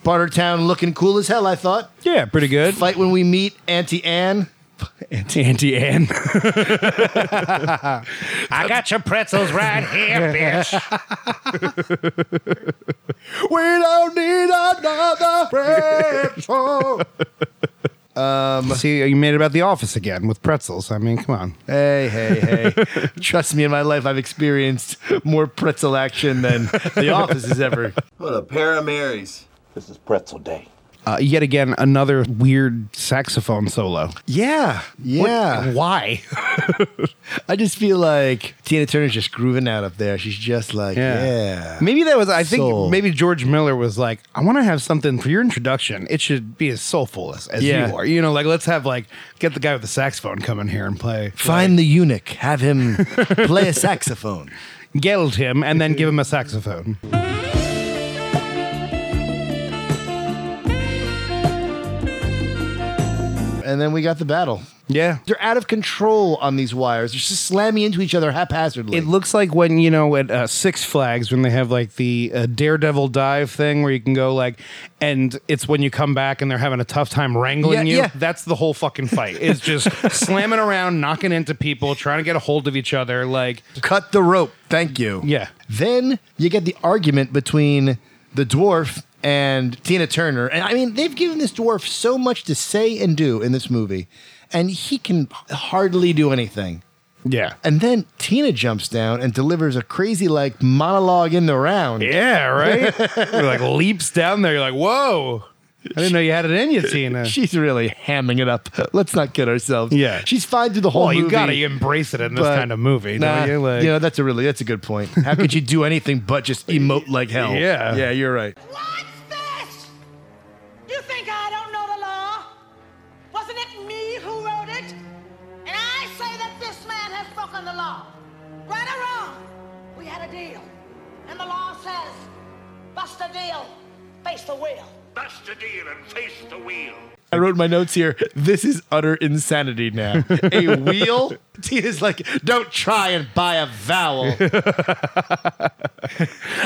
Speaker 4: Bartertown looking cool as hell, I thought.
Speaker 5: Yeah, pretty good.
Speaker 4: Fight when we meet Auntie Anne.
Speaker 5: Auntie, Auntie Anne.
Speaker 3: I got your pretzels right here, bitch.
Speaker 4: we don't need another pretzel.
Speaker 5: Um, see, you made it about the office again with pretzels. I mean, come on.
Speaker 4: Hey, hey, hey. Trust me, in my life, I've experienced more pretzel action than The Office has ever.
Speaker 25: What a pair of Marys. This is pretzel day.
Speaker 5: Uh, yet again, another weird saxophone solo.
Speaker 4: Yeah, yeah.
Speaker 5: why?
Speaker 4: I just feel like Tina Turner's just grooving out up there. She's just like, yeah.
Speaker 5: Maybe that was, I think,
Speaker 4: Soul.
Speaker 5: maybe George Miller was like, I want to have something for your introduction. It should be as soulful as, as
Speaker 4: Yeah.
Speaker 5: you are. You know, like, let's have, like, get the guy with the saxophone come in here and play.
Speaker 4: Find the eunuch, have him play a saxophone.
Speaker 5: Geld him, and then give him a saxophone.
Speaker 4: And then we got the battle.
Speaker 5: Yeah.
Speaker 4: They're out of control on these wires. They're just slamming into each other haphazardly.
Speaker 5: It looks like when you know at uh, Six Flags when they have like the uh, Daredevil dive thing where you can go like, and it's when you come back and they're having a tough time wrangling
Speaker 4: Yeah,
Speaker 5: you.
Speaker 4: yeah.
Speaker 5: That's the whole fucking fight. It's just slamming around, knocking into people, trying to get a hold of each other. Like,
Speaker 4: cut the rope. Thank you.
Speaker 5: Yeah.
Speaker 4: Then you get the argument between the dwarf and Tina Turner. And I mean, they've given this dwarf so much to say and do in this movie, and he can hardly do anything.
Speaker 5: Yeah.
Speaker 4: And then Tina jumps down and delivers a crazy, like, monologue in the round.
Speaker 5: Yeah, right? You're like leaps down there. You're like, whoa. I didn't know you had it in you, Tina.
Speaker 4: She's really hamming it up. Let's not kid ourselves.
Speaker 5: Yeah.
Speaker 4: She's fine through the whole
Speaker 5: Well, Oh, you
Speaker 4: movie,
Speaker 5: gotta embrace it in this
Speaker 4: but-
Speaker 5: kind of movie, don't
Speaker 4: Nah,
Speaker 5: you? Like-
Speaker 4: you know, that's a really, that's a good point. How could you do anything but just emote like hell?
Speaker 5: Yeah.
Speaker 4: Yeah, you're right.
Speaker 26: You think I don't know the law? Wasn't it me who wrote it? And I say that this man has broken the law. Right or wrong, we had a deal. And the law says, bust a deal, face the wheel.
Speaker 12: Bust a deal and face the wheel.
Speaker 4: I wrote in my notes here. This is utter insanity now. A wheel? Tina's like, don't try and buy a vowel.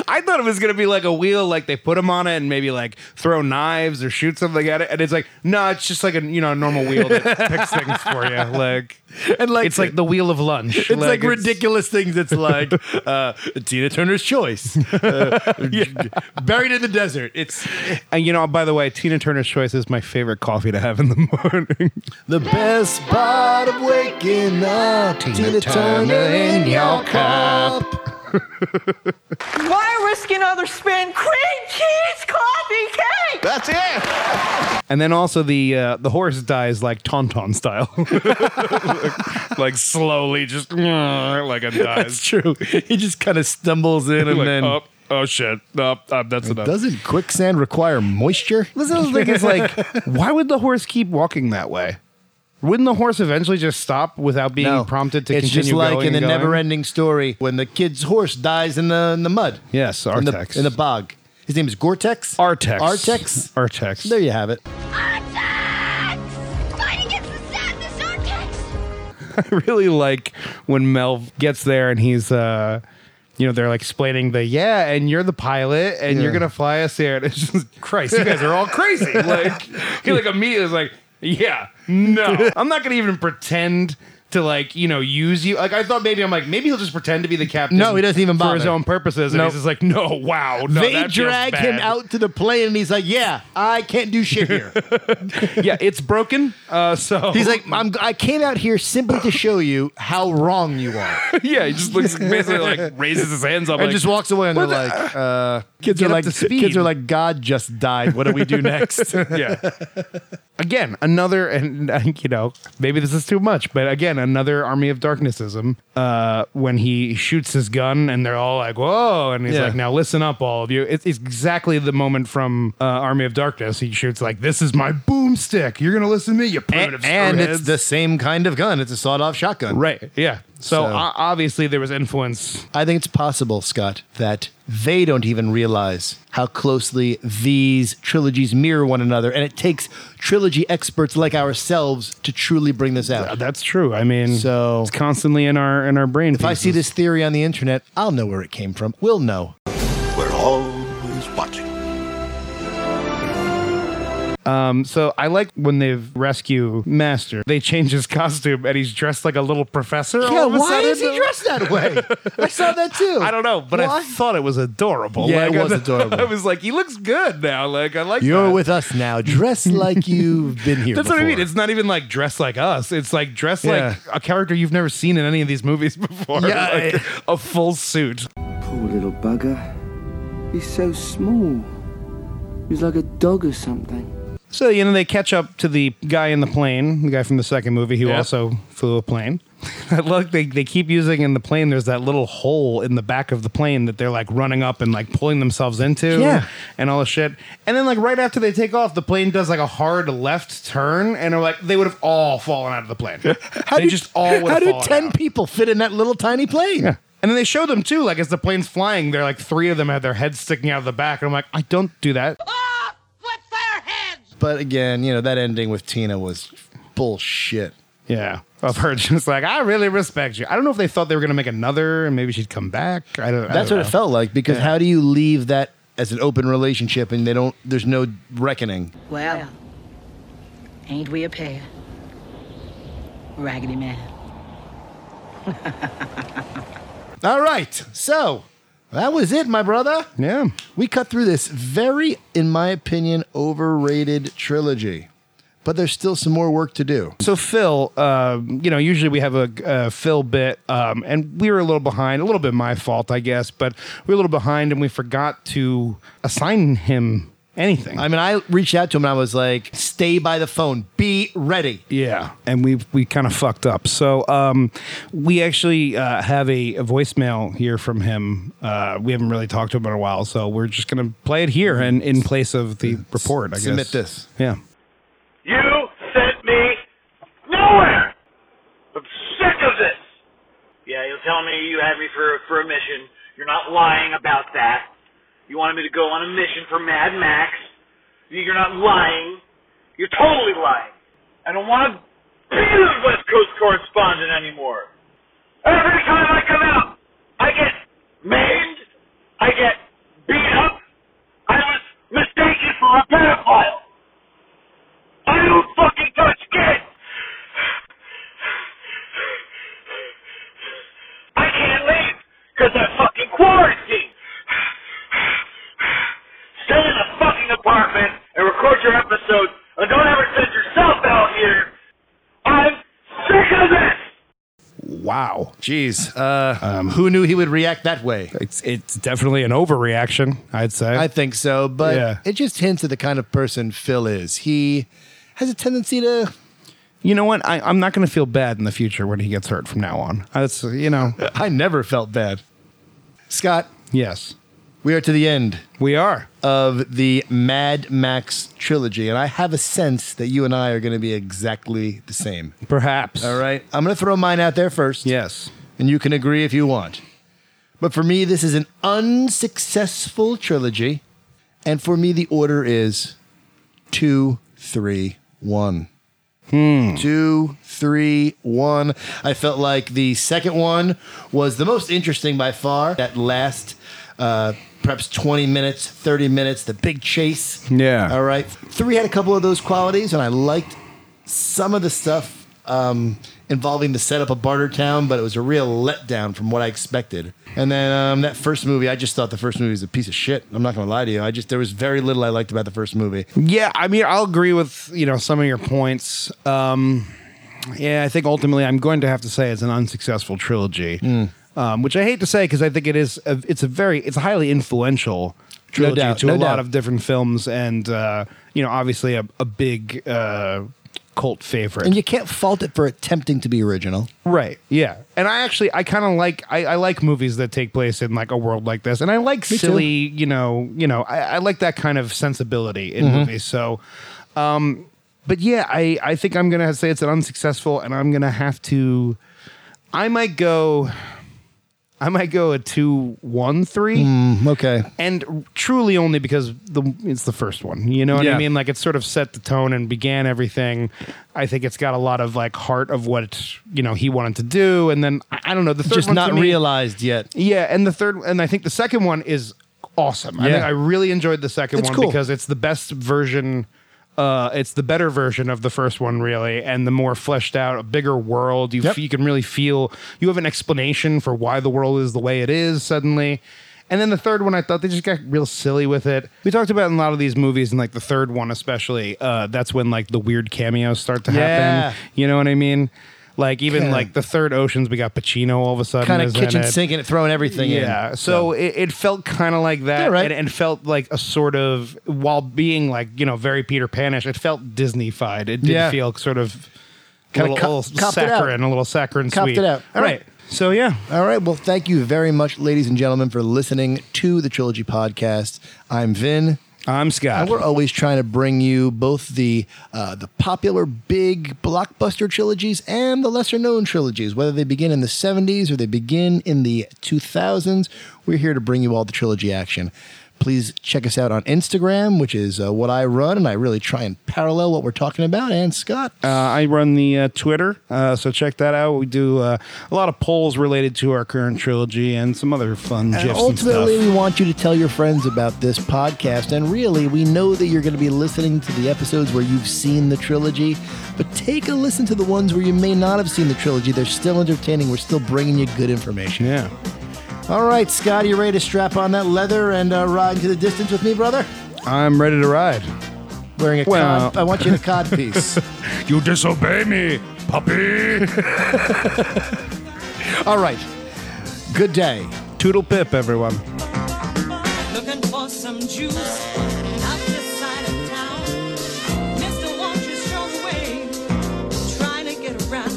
Speaker 5: I thought it was gonna be like a wheel, like they put them on it and maybe like throw knives or shoot something at it, and it's like no, it's just like a you know a normal wheel that picks things for you, like
Speaker 4: and like
Speaker 5: it's like the wheel of lunch.
Speaker 4: It's like, ridiculous things. It's like uh, Tina Turner's choice, uh, buried in the desert. It's
Speaker 5: and you know by the way, Tina Turner's choice is my favorite coffee to have in the morning.
Speaker 4: the best part of waking up. Tina, Turner in your cup.
Speaker 27: Why risk another spin? Cream cheese coffee cake! That's it!
Speaker 5: And then also the uh, the horse dies like Tauntaun style, like, slowly just like it dies.
Speaker 4: That's true. He just kind of stumbles in and
Speaker 5: Like,
Speaker 4: then.
Speaker 5: oh, oh shit, oh, oh, that's enough.
Speaker 4: Doesn't quicksand require moisture?
Speaker 5: This is like, it's like, why would the horse keep walking that way? Wouldn't the horse eventually just stop without being
Speaker 4: No.
Speaker 5: prompted to
Speaker 4: it's
Speaker 5: continue
Speaker 4: just like
Speaker 5: going
Speaker 4: in the
Speaker 5: and going?
Speaker 4: never-ending story when the kid's horse dies in the in the mud.
Speaker 5: Yes,
Speaker 4: in the,
Speaker 5: Artex.
Speaker 4: in the bog. His name is Gortex.
Speaker 5: Artex.
Speaker 4: Artex.
Speaker 5: Artex.
Speaker 4: There you have it.
Speaker 26: Fight against the sadness, Artex!
Speaker 5: I really like when Mel gets there and he's, uh, you know, they're like explaining the yeah, and you're the pilot, and you're
Speaker 4: Yeah.
Speaker 5: gonna fly us here. And it's just Christ, you guys are all crazy. like he like immediately is like, yeah, no, I'm not gonna even pretend to like you know use you. Like I thought maybe I'm like maybe he'll just pretend to be the captain.
Speaker 4: No, he doesn't even
Speaker 5: for his
Speaker 4: bother.
Speaker 5: own purposes. And
Speaker 4: Nope.
Speaker 5: he's just like, no, wow, no,
Speaker 4: they
Speaker 5: that feels
Speaker 4: drag him
Speaker 5: bad.
Speaker 4: out to the plane, and he's like, "Yeah, I can't do shit here."
Speaker 5: yeah, it's broken. Uh, so
Speaker 4: He's like, I'm, I came out here simply to show you how wrong you are.
Speaker 5: yeah, he just looks basically like raises his hands up
Speaker 4: and
Speaker 5: like,
Speaker 4: just walks away, and they're
Speaker 5: "What the-
Speaker 4: like, uh,
Speaker 5: Kids
Speaker 4: get
Speaker 5: are
Speaker 4: up
Speaker 5: like-
Speaker 4: to speed.
Speaker 5: kids are like,
Speaker 4: God just died. What do we do next?
Speaker 5: yeah. Again, another, and uh, you know, maybe this is too much, but again, another Army of Darknessism. Uh, when he shoots his gun, and they're all like, "Whoa!" and he's
Speaker 1: Yeah.
Speaker 5: like, "Now listen up, all of you." It's, it's exactly the moment from uh, Army of Darkness. He shoots like, "This is my boomstick. You're gonna listen to me, you primitive."
Speaker 4: and it's
Speaker 5: screwheads."
Speaker 4: the same kind of gun. It's a sawed-off shotgun.
Speaker 5: Right. Yeah. So,
Speaker 4: So-
Speaker 5: o- obviously there was influence.
Speaker 4: I think it's possible, Scott, that they don't even realize how closely these trilogies mirror one another, and it takes trilogy experts like ourselves to truly bring this out.
Speaker 5: That's true. I mean,
Speaker 4: so
Speaker 5: it's constantly in our in our brain.
Speaker 4: If I see this theory on the internet, I'll know where it came from. We'll know.
Speaker 25: We're always watching.
Speaker 5: Um, so I like when they rescue Master. They change his costume and he's dressed like a little professor. all
Speaker 4: yeah,
Speaker 5: of a
Speaker 4: why
Speaker 5: sudden.
Speaker 4: is he dressed that way? I saw that too.
Speaker 5: I don't know, but I
Speaker 4: Why?
Speaker 5: thought it was adorable.
Speaker 4: Yeah,
Speaker 5: Like,
Speaker 4: it was
Speaker 5: I-
Speaker 4: adorable.
Speaker 5: I was like, he looks good now. Like I like
Speaker 4: You're
Speaker 5: that.
Speaker 4: with us now. Dress like you've been here.
Speaker 5: That's what I
Speaker 4: before.
Speaker 5: mean. It's not even like dressed like us. It's like dressed
Speaker 4: Yeah.
Speaker 5: like a character you've never seen in any of these movies before.
Speaker 2: Yeah,
Speaker 5: Like,
Speaker 2: I-
Speaker 5: a full suit.
Speaker 2: Poor little bugger. He's so small. He's like a dog or something.
Speaker 5: So you know they catch up to the guy in the plane, the guy from the second movie who
Speaker 2: Yeah.
Speaker 5: also flew a plane. I love they they keep using in the plane. There's that little hole in the back of the plane that they're like running up and like pulling themselves into,
Speaker 4: Yeah.
Speaker 5: and all the shit. And then like right after they take off, the plane does like a hard left turn, and are like they would have all fallen out of the plane. they
Speaker 4: do-
Speaker 5: just all would
Speaker 4: How
Speaker 5: have
Speaker 4: do
Speaker 5: fallen
Speaker 4: ten people fit in that little tiny plane?
Speaker 5: and then they show them too, like as the plane's flying, they're like three of them have their heads sticking out of the back, and I'm like, I don't do that.
Speaker 4: But again, you know that ending with Tina was bullshit.
Speaker 5: Yeah. Of her just like, I really respect you. I don't know if they thought they were going to make another and maybe she'd come back. I don't, I
Speaker 4: That's
Speaker 5: don't
Speaker 4: what
Speaker 5: know.
Speaker 4: it felt like because
Speaker 5: Yeah.
Speaker 4: how do you leave that as an open relationship and they don't? There's no reckoning.
Speaker 6: Well, ain't we a pair? Raggedy man.
Speaker 4: All right, so that was it, my brother.
Speaker 5: Yeah,
Speaker 4: we cut through this very, in my opinion, overrated trilogy, but there's still some more work to do.
Speaker 5: So Phil, um, you know, usually we have a, a Phil bit, um, and we were a little behind. A little bit my fault, I guess, but we were a little behind, and we forgot to assign him anything.
Speaker 4: I mean, I reached out to him and I was like, "Stay by the phone, be ready."
Speaker 5: Yeah, and we we kind of fucked up. So um, we actually uh, have a, a voicemail here from him. Uh, we haven't really talked to him in a while, so we're just gonna play it here and in place of the report. I guess.
Speaker 4: Submit this.
Speaker 5: Yeah.
Speaker 10: You sent me nowhere. I'm sick of this. Yeah, you'll tell me you had me for for a mission. You're not lying about that. You wanted me to go on a mission for Mad Max. You're not lying. You're totally lying. I don't want to be the West Coast correspondent anymore. Every time I come out, I get maimed. I get beat up. I was mistaken for a pedophile. I don't fucking touch kids. I can't leave because I'm fucking quarantined. Stay in the fucking apartment and record your episodes, and don't ever send yourself out here. I'm sick of this.
Speaker 5: Wow.
Speaker 4: Jeez. Uh,
Speaker 5: um,
Speaker 4: who knew he would react that way?
Speaker 5: It's it's definitely an overreaction, I'd say.
Speaker 4: I think so, but
Speaker 5: Yeah.
Speaker 4: it just hints at the kind of person Phil is. He has a tendency to.
Speaker 5: You know what? I, I'm not going to feel bad in the future when he gets hurt from now on. That's you know.
Speaker 4: I never felt bad. Scott.
Speaker 5: Yes.
Speaker 4: We are to the end.
Speaker 5: We are.
Speaker 4: Of the Mad Max trilogy. And I have a sense that you and I are going to be exactly the same.
Speaker 5: Perhaps.
Speaker 4: All right. I'm going to throw mine out there first.
Speaker 5: Yes.
Speaker 4: And you can agree if you want. But for me, this is an unsuccessful trilogy. And for me, the order is two, three, one. Two, three, one. I felt like the second one was the most interesting by far. That last, uh, perhaps 20 minutes, 30 minutes, the big chase.
Speaker 5: Yeah.
Speaker 4: All right. Three had a couple of those qualities, and I liked some of the stuff um, involving the setup of Barter Town, but it was a real letdown from what I expected. And then um, that first movie, I just thought the first movie was a piece of shit. I'm not going to lie to you. I just there was very little I liked about the first movie.
Speaker 5: Yeah, I mean, I'll agree with you know some of your points. Um, yeah, I think ultimately I'm going to have to say it's an unsuccessful trilogy,
Speaker 4: Hmm.
Speaker 5: um, which I hate to say because I think it is. A, it's a very, it's highly influential trilogy
Speaker 4: doubt,
Speaker 5: to
Speaker 4: no
Speaker 5: a lot
Speaker 4: doubt.
Speaker 5: of different films, and uh, you know, obviously a, a big uh, cult favorite.
Speaker 4: And you can't fault it for attempting to be original.
Speaker 5: Right. Yeah. And I actually I kind of like I, I like movies that take place in like a world like this, and I like
Speaker 4: Me too.
Speaker 5: silly, you know, you know, I, I like that kind of sensibility in
Speaker 4: Mhm.
Speaker 5: movies. So, um, but yeah, I I think I'm gonna say it's an unsuccessful, and I'm gonna have to, I might go, I might go a two one three.
Speaker 4: Mm-hmm. okay.
Speaker 5: And truly only because the it's the first one. You know what I
Speaker 4: Yeah.
Speaker 5: mean? Like it sort of set the tone and began everything. I think it's got a lot of like heart of what you know he wanted to do, and then I I don't know the third
Speaker 4: Just
Speaker 5: one to
Speaker 4: not
Speaker 5: me-
Speaker 4: realized yet.
Speaker 5: Yeah, and the third, and I think the second one is awesome. I
Speaker 4: Yeah.
Speaker 5: think I really enjoyed the second
Speaker 4: It's
Speaker 5: one
Speaker 4: cool.
Speaker 5: because it's the best version. Uh, it's the better version of the first one, really, and the more fleshed out, a bigger world. You f- you can really feel you have an explanation for why the world is the way it is suddenly. And then the third one, I thought they just got real silly with it. We talked about in a lot of these movies, and like the third one especially, uh, that's when like the weird cameos start to
Speaker 4: Yeah.
Speaker 5: happen. You know what I mean? Like even
Speaker 4: Kinda-
Speaker 5: like the third Oceans, we got Pacino all of a sudden.
Speaker 4: Kind of
Speaker 5: is in
Speaker 4: kitchen
Speaker 5: it.
Speaker 4: sinking it, throwing everything in.
Speaker 5: Yeah. So, it, it felt kind of like that.
Speaker 4: Yeah, right.
Speaker 5: And, and felt like a sort of, while being like, you know, very Peter Panish, it felt Disney-fied. It did
Speaker 4: Yeah.
Speaker 5: feel sort of
Speaker 4: Kinda
Speaker 5: kind of
Speaker 4: co-
Speaker 5: little
Speaker 4: copped it out.
Speaker 5: saccharine, a little saccharine
Speaker 4: Copped
Speaker 5: sweet.
Speaker 4: it out.
Speaker 5: All right. So yeah.
Speaker 4: All right. Well, thank you very much, ladies and gentlemen, for listening to the Trilogy Podcast. I'm Vin.
Speaker 5: I'm Scott.
Speaker 4: And Uh, we're always trying to bring you both the uh, the popular big blockbuster trilogies and the lesser known trilogies, whether they begin in the 70s or they begin in the 2000s. We're here to bring you all the trilogy action. Please check us out on Instagram, which is uh, what I run, and I really try and parallel what we're talking about. And Scott,
Speaker 5: Uh, I run the uh, Twitter, uh, so check that out. We do uh, a lot of polls related to our current trilogy and some other
Speaker 4: And
Speaker 5: fun gifs and stuff.
Speaker 4: ultimately, we want you to tell your friends about this podcast. And really, we know that you're going to be listening to the episodes where you've seen the trilogy, but take a listen to the ones where you may not have seen the trilogy. They're still entertaining. We're still bringing you good information.
Speaker 5: Yeah.
Speaker 4: All right, Scott, you ready to strap on that leather and uh, ride into the distance with me, brother?
Speaker 5: I'm ready to ride.
Speaker 4: Wearing a
Speaker 5: Well-
Speaker 4: cod. I want you in a cod piece.
Speaker 5: you disobey me, puppy.
Speaker 4: All right. Good day.
Speaker 5: Toodle pip, everyone.
Speaker 1: Looking for some juice out this side of town. Mister, won't you show way? Trying to get around.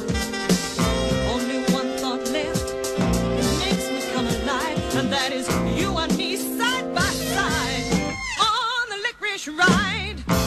Speaker 1: Only one thought left that makes me come alive, and that is you and me side by side on the licorice ride.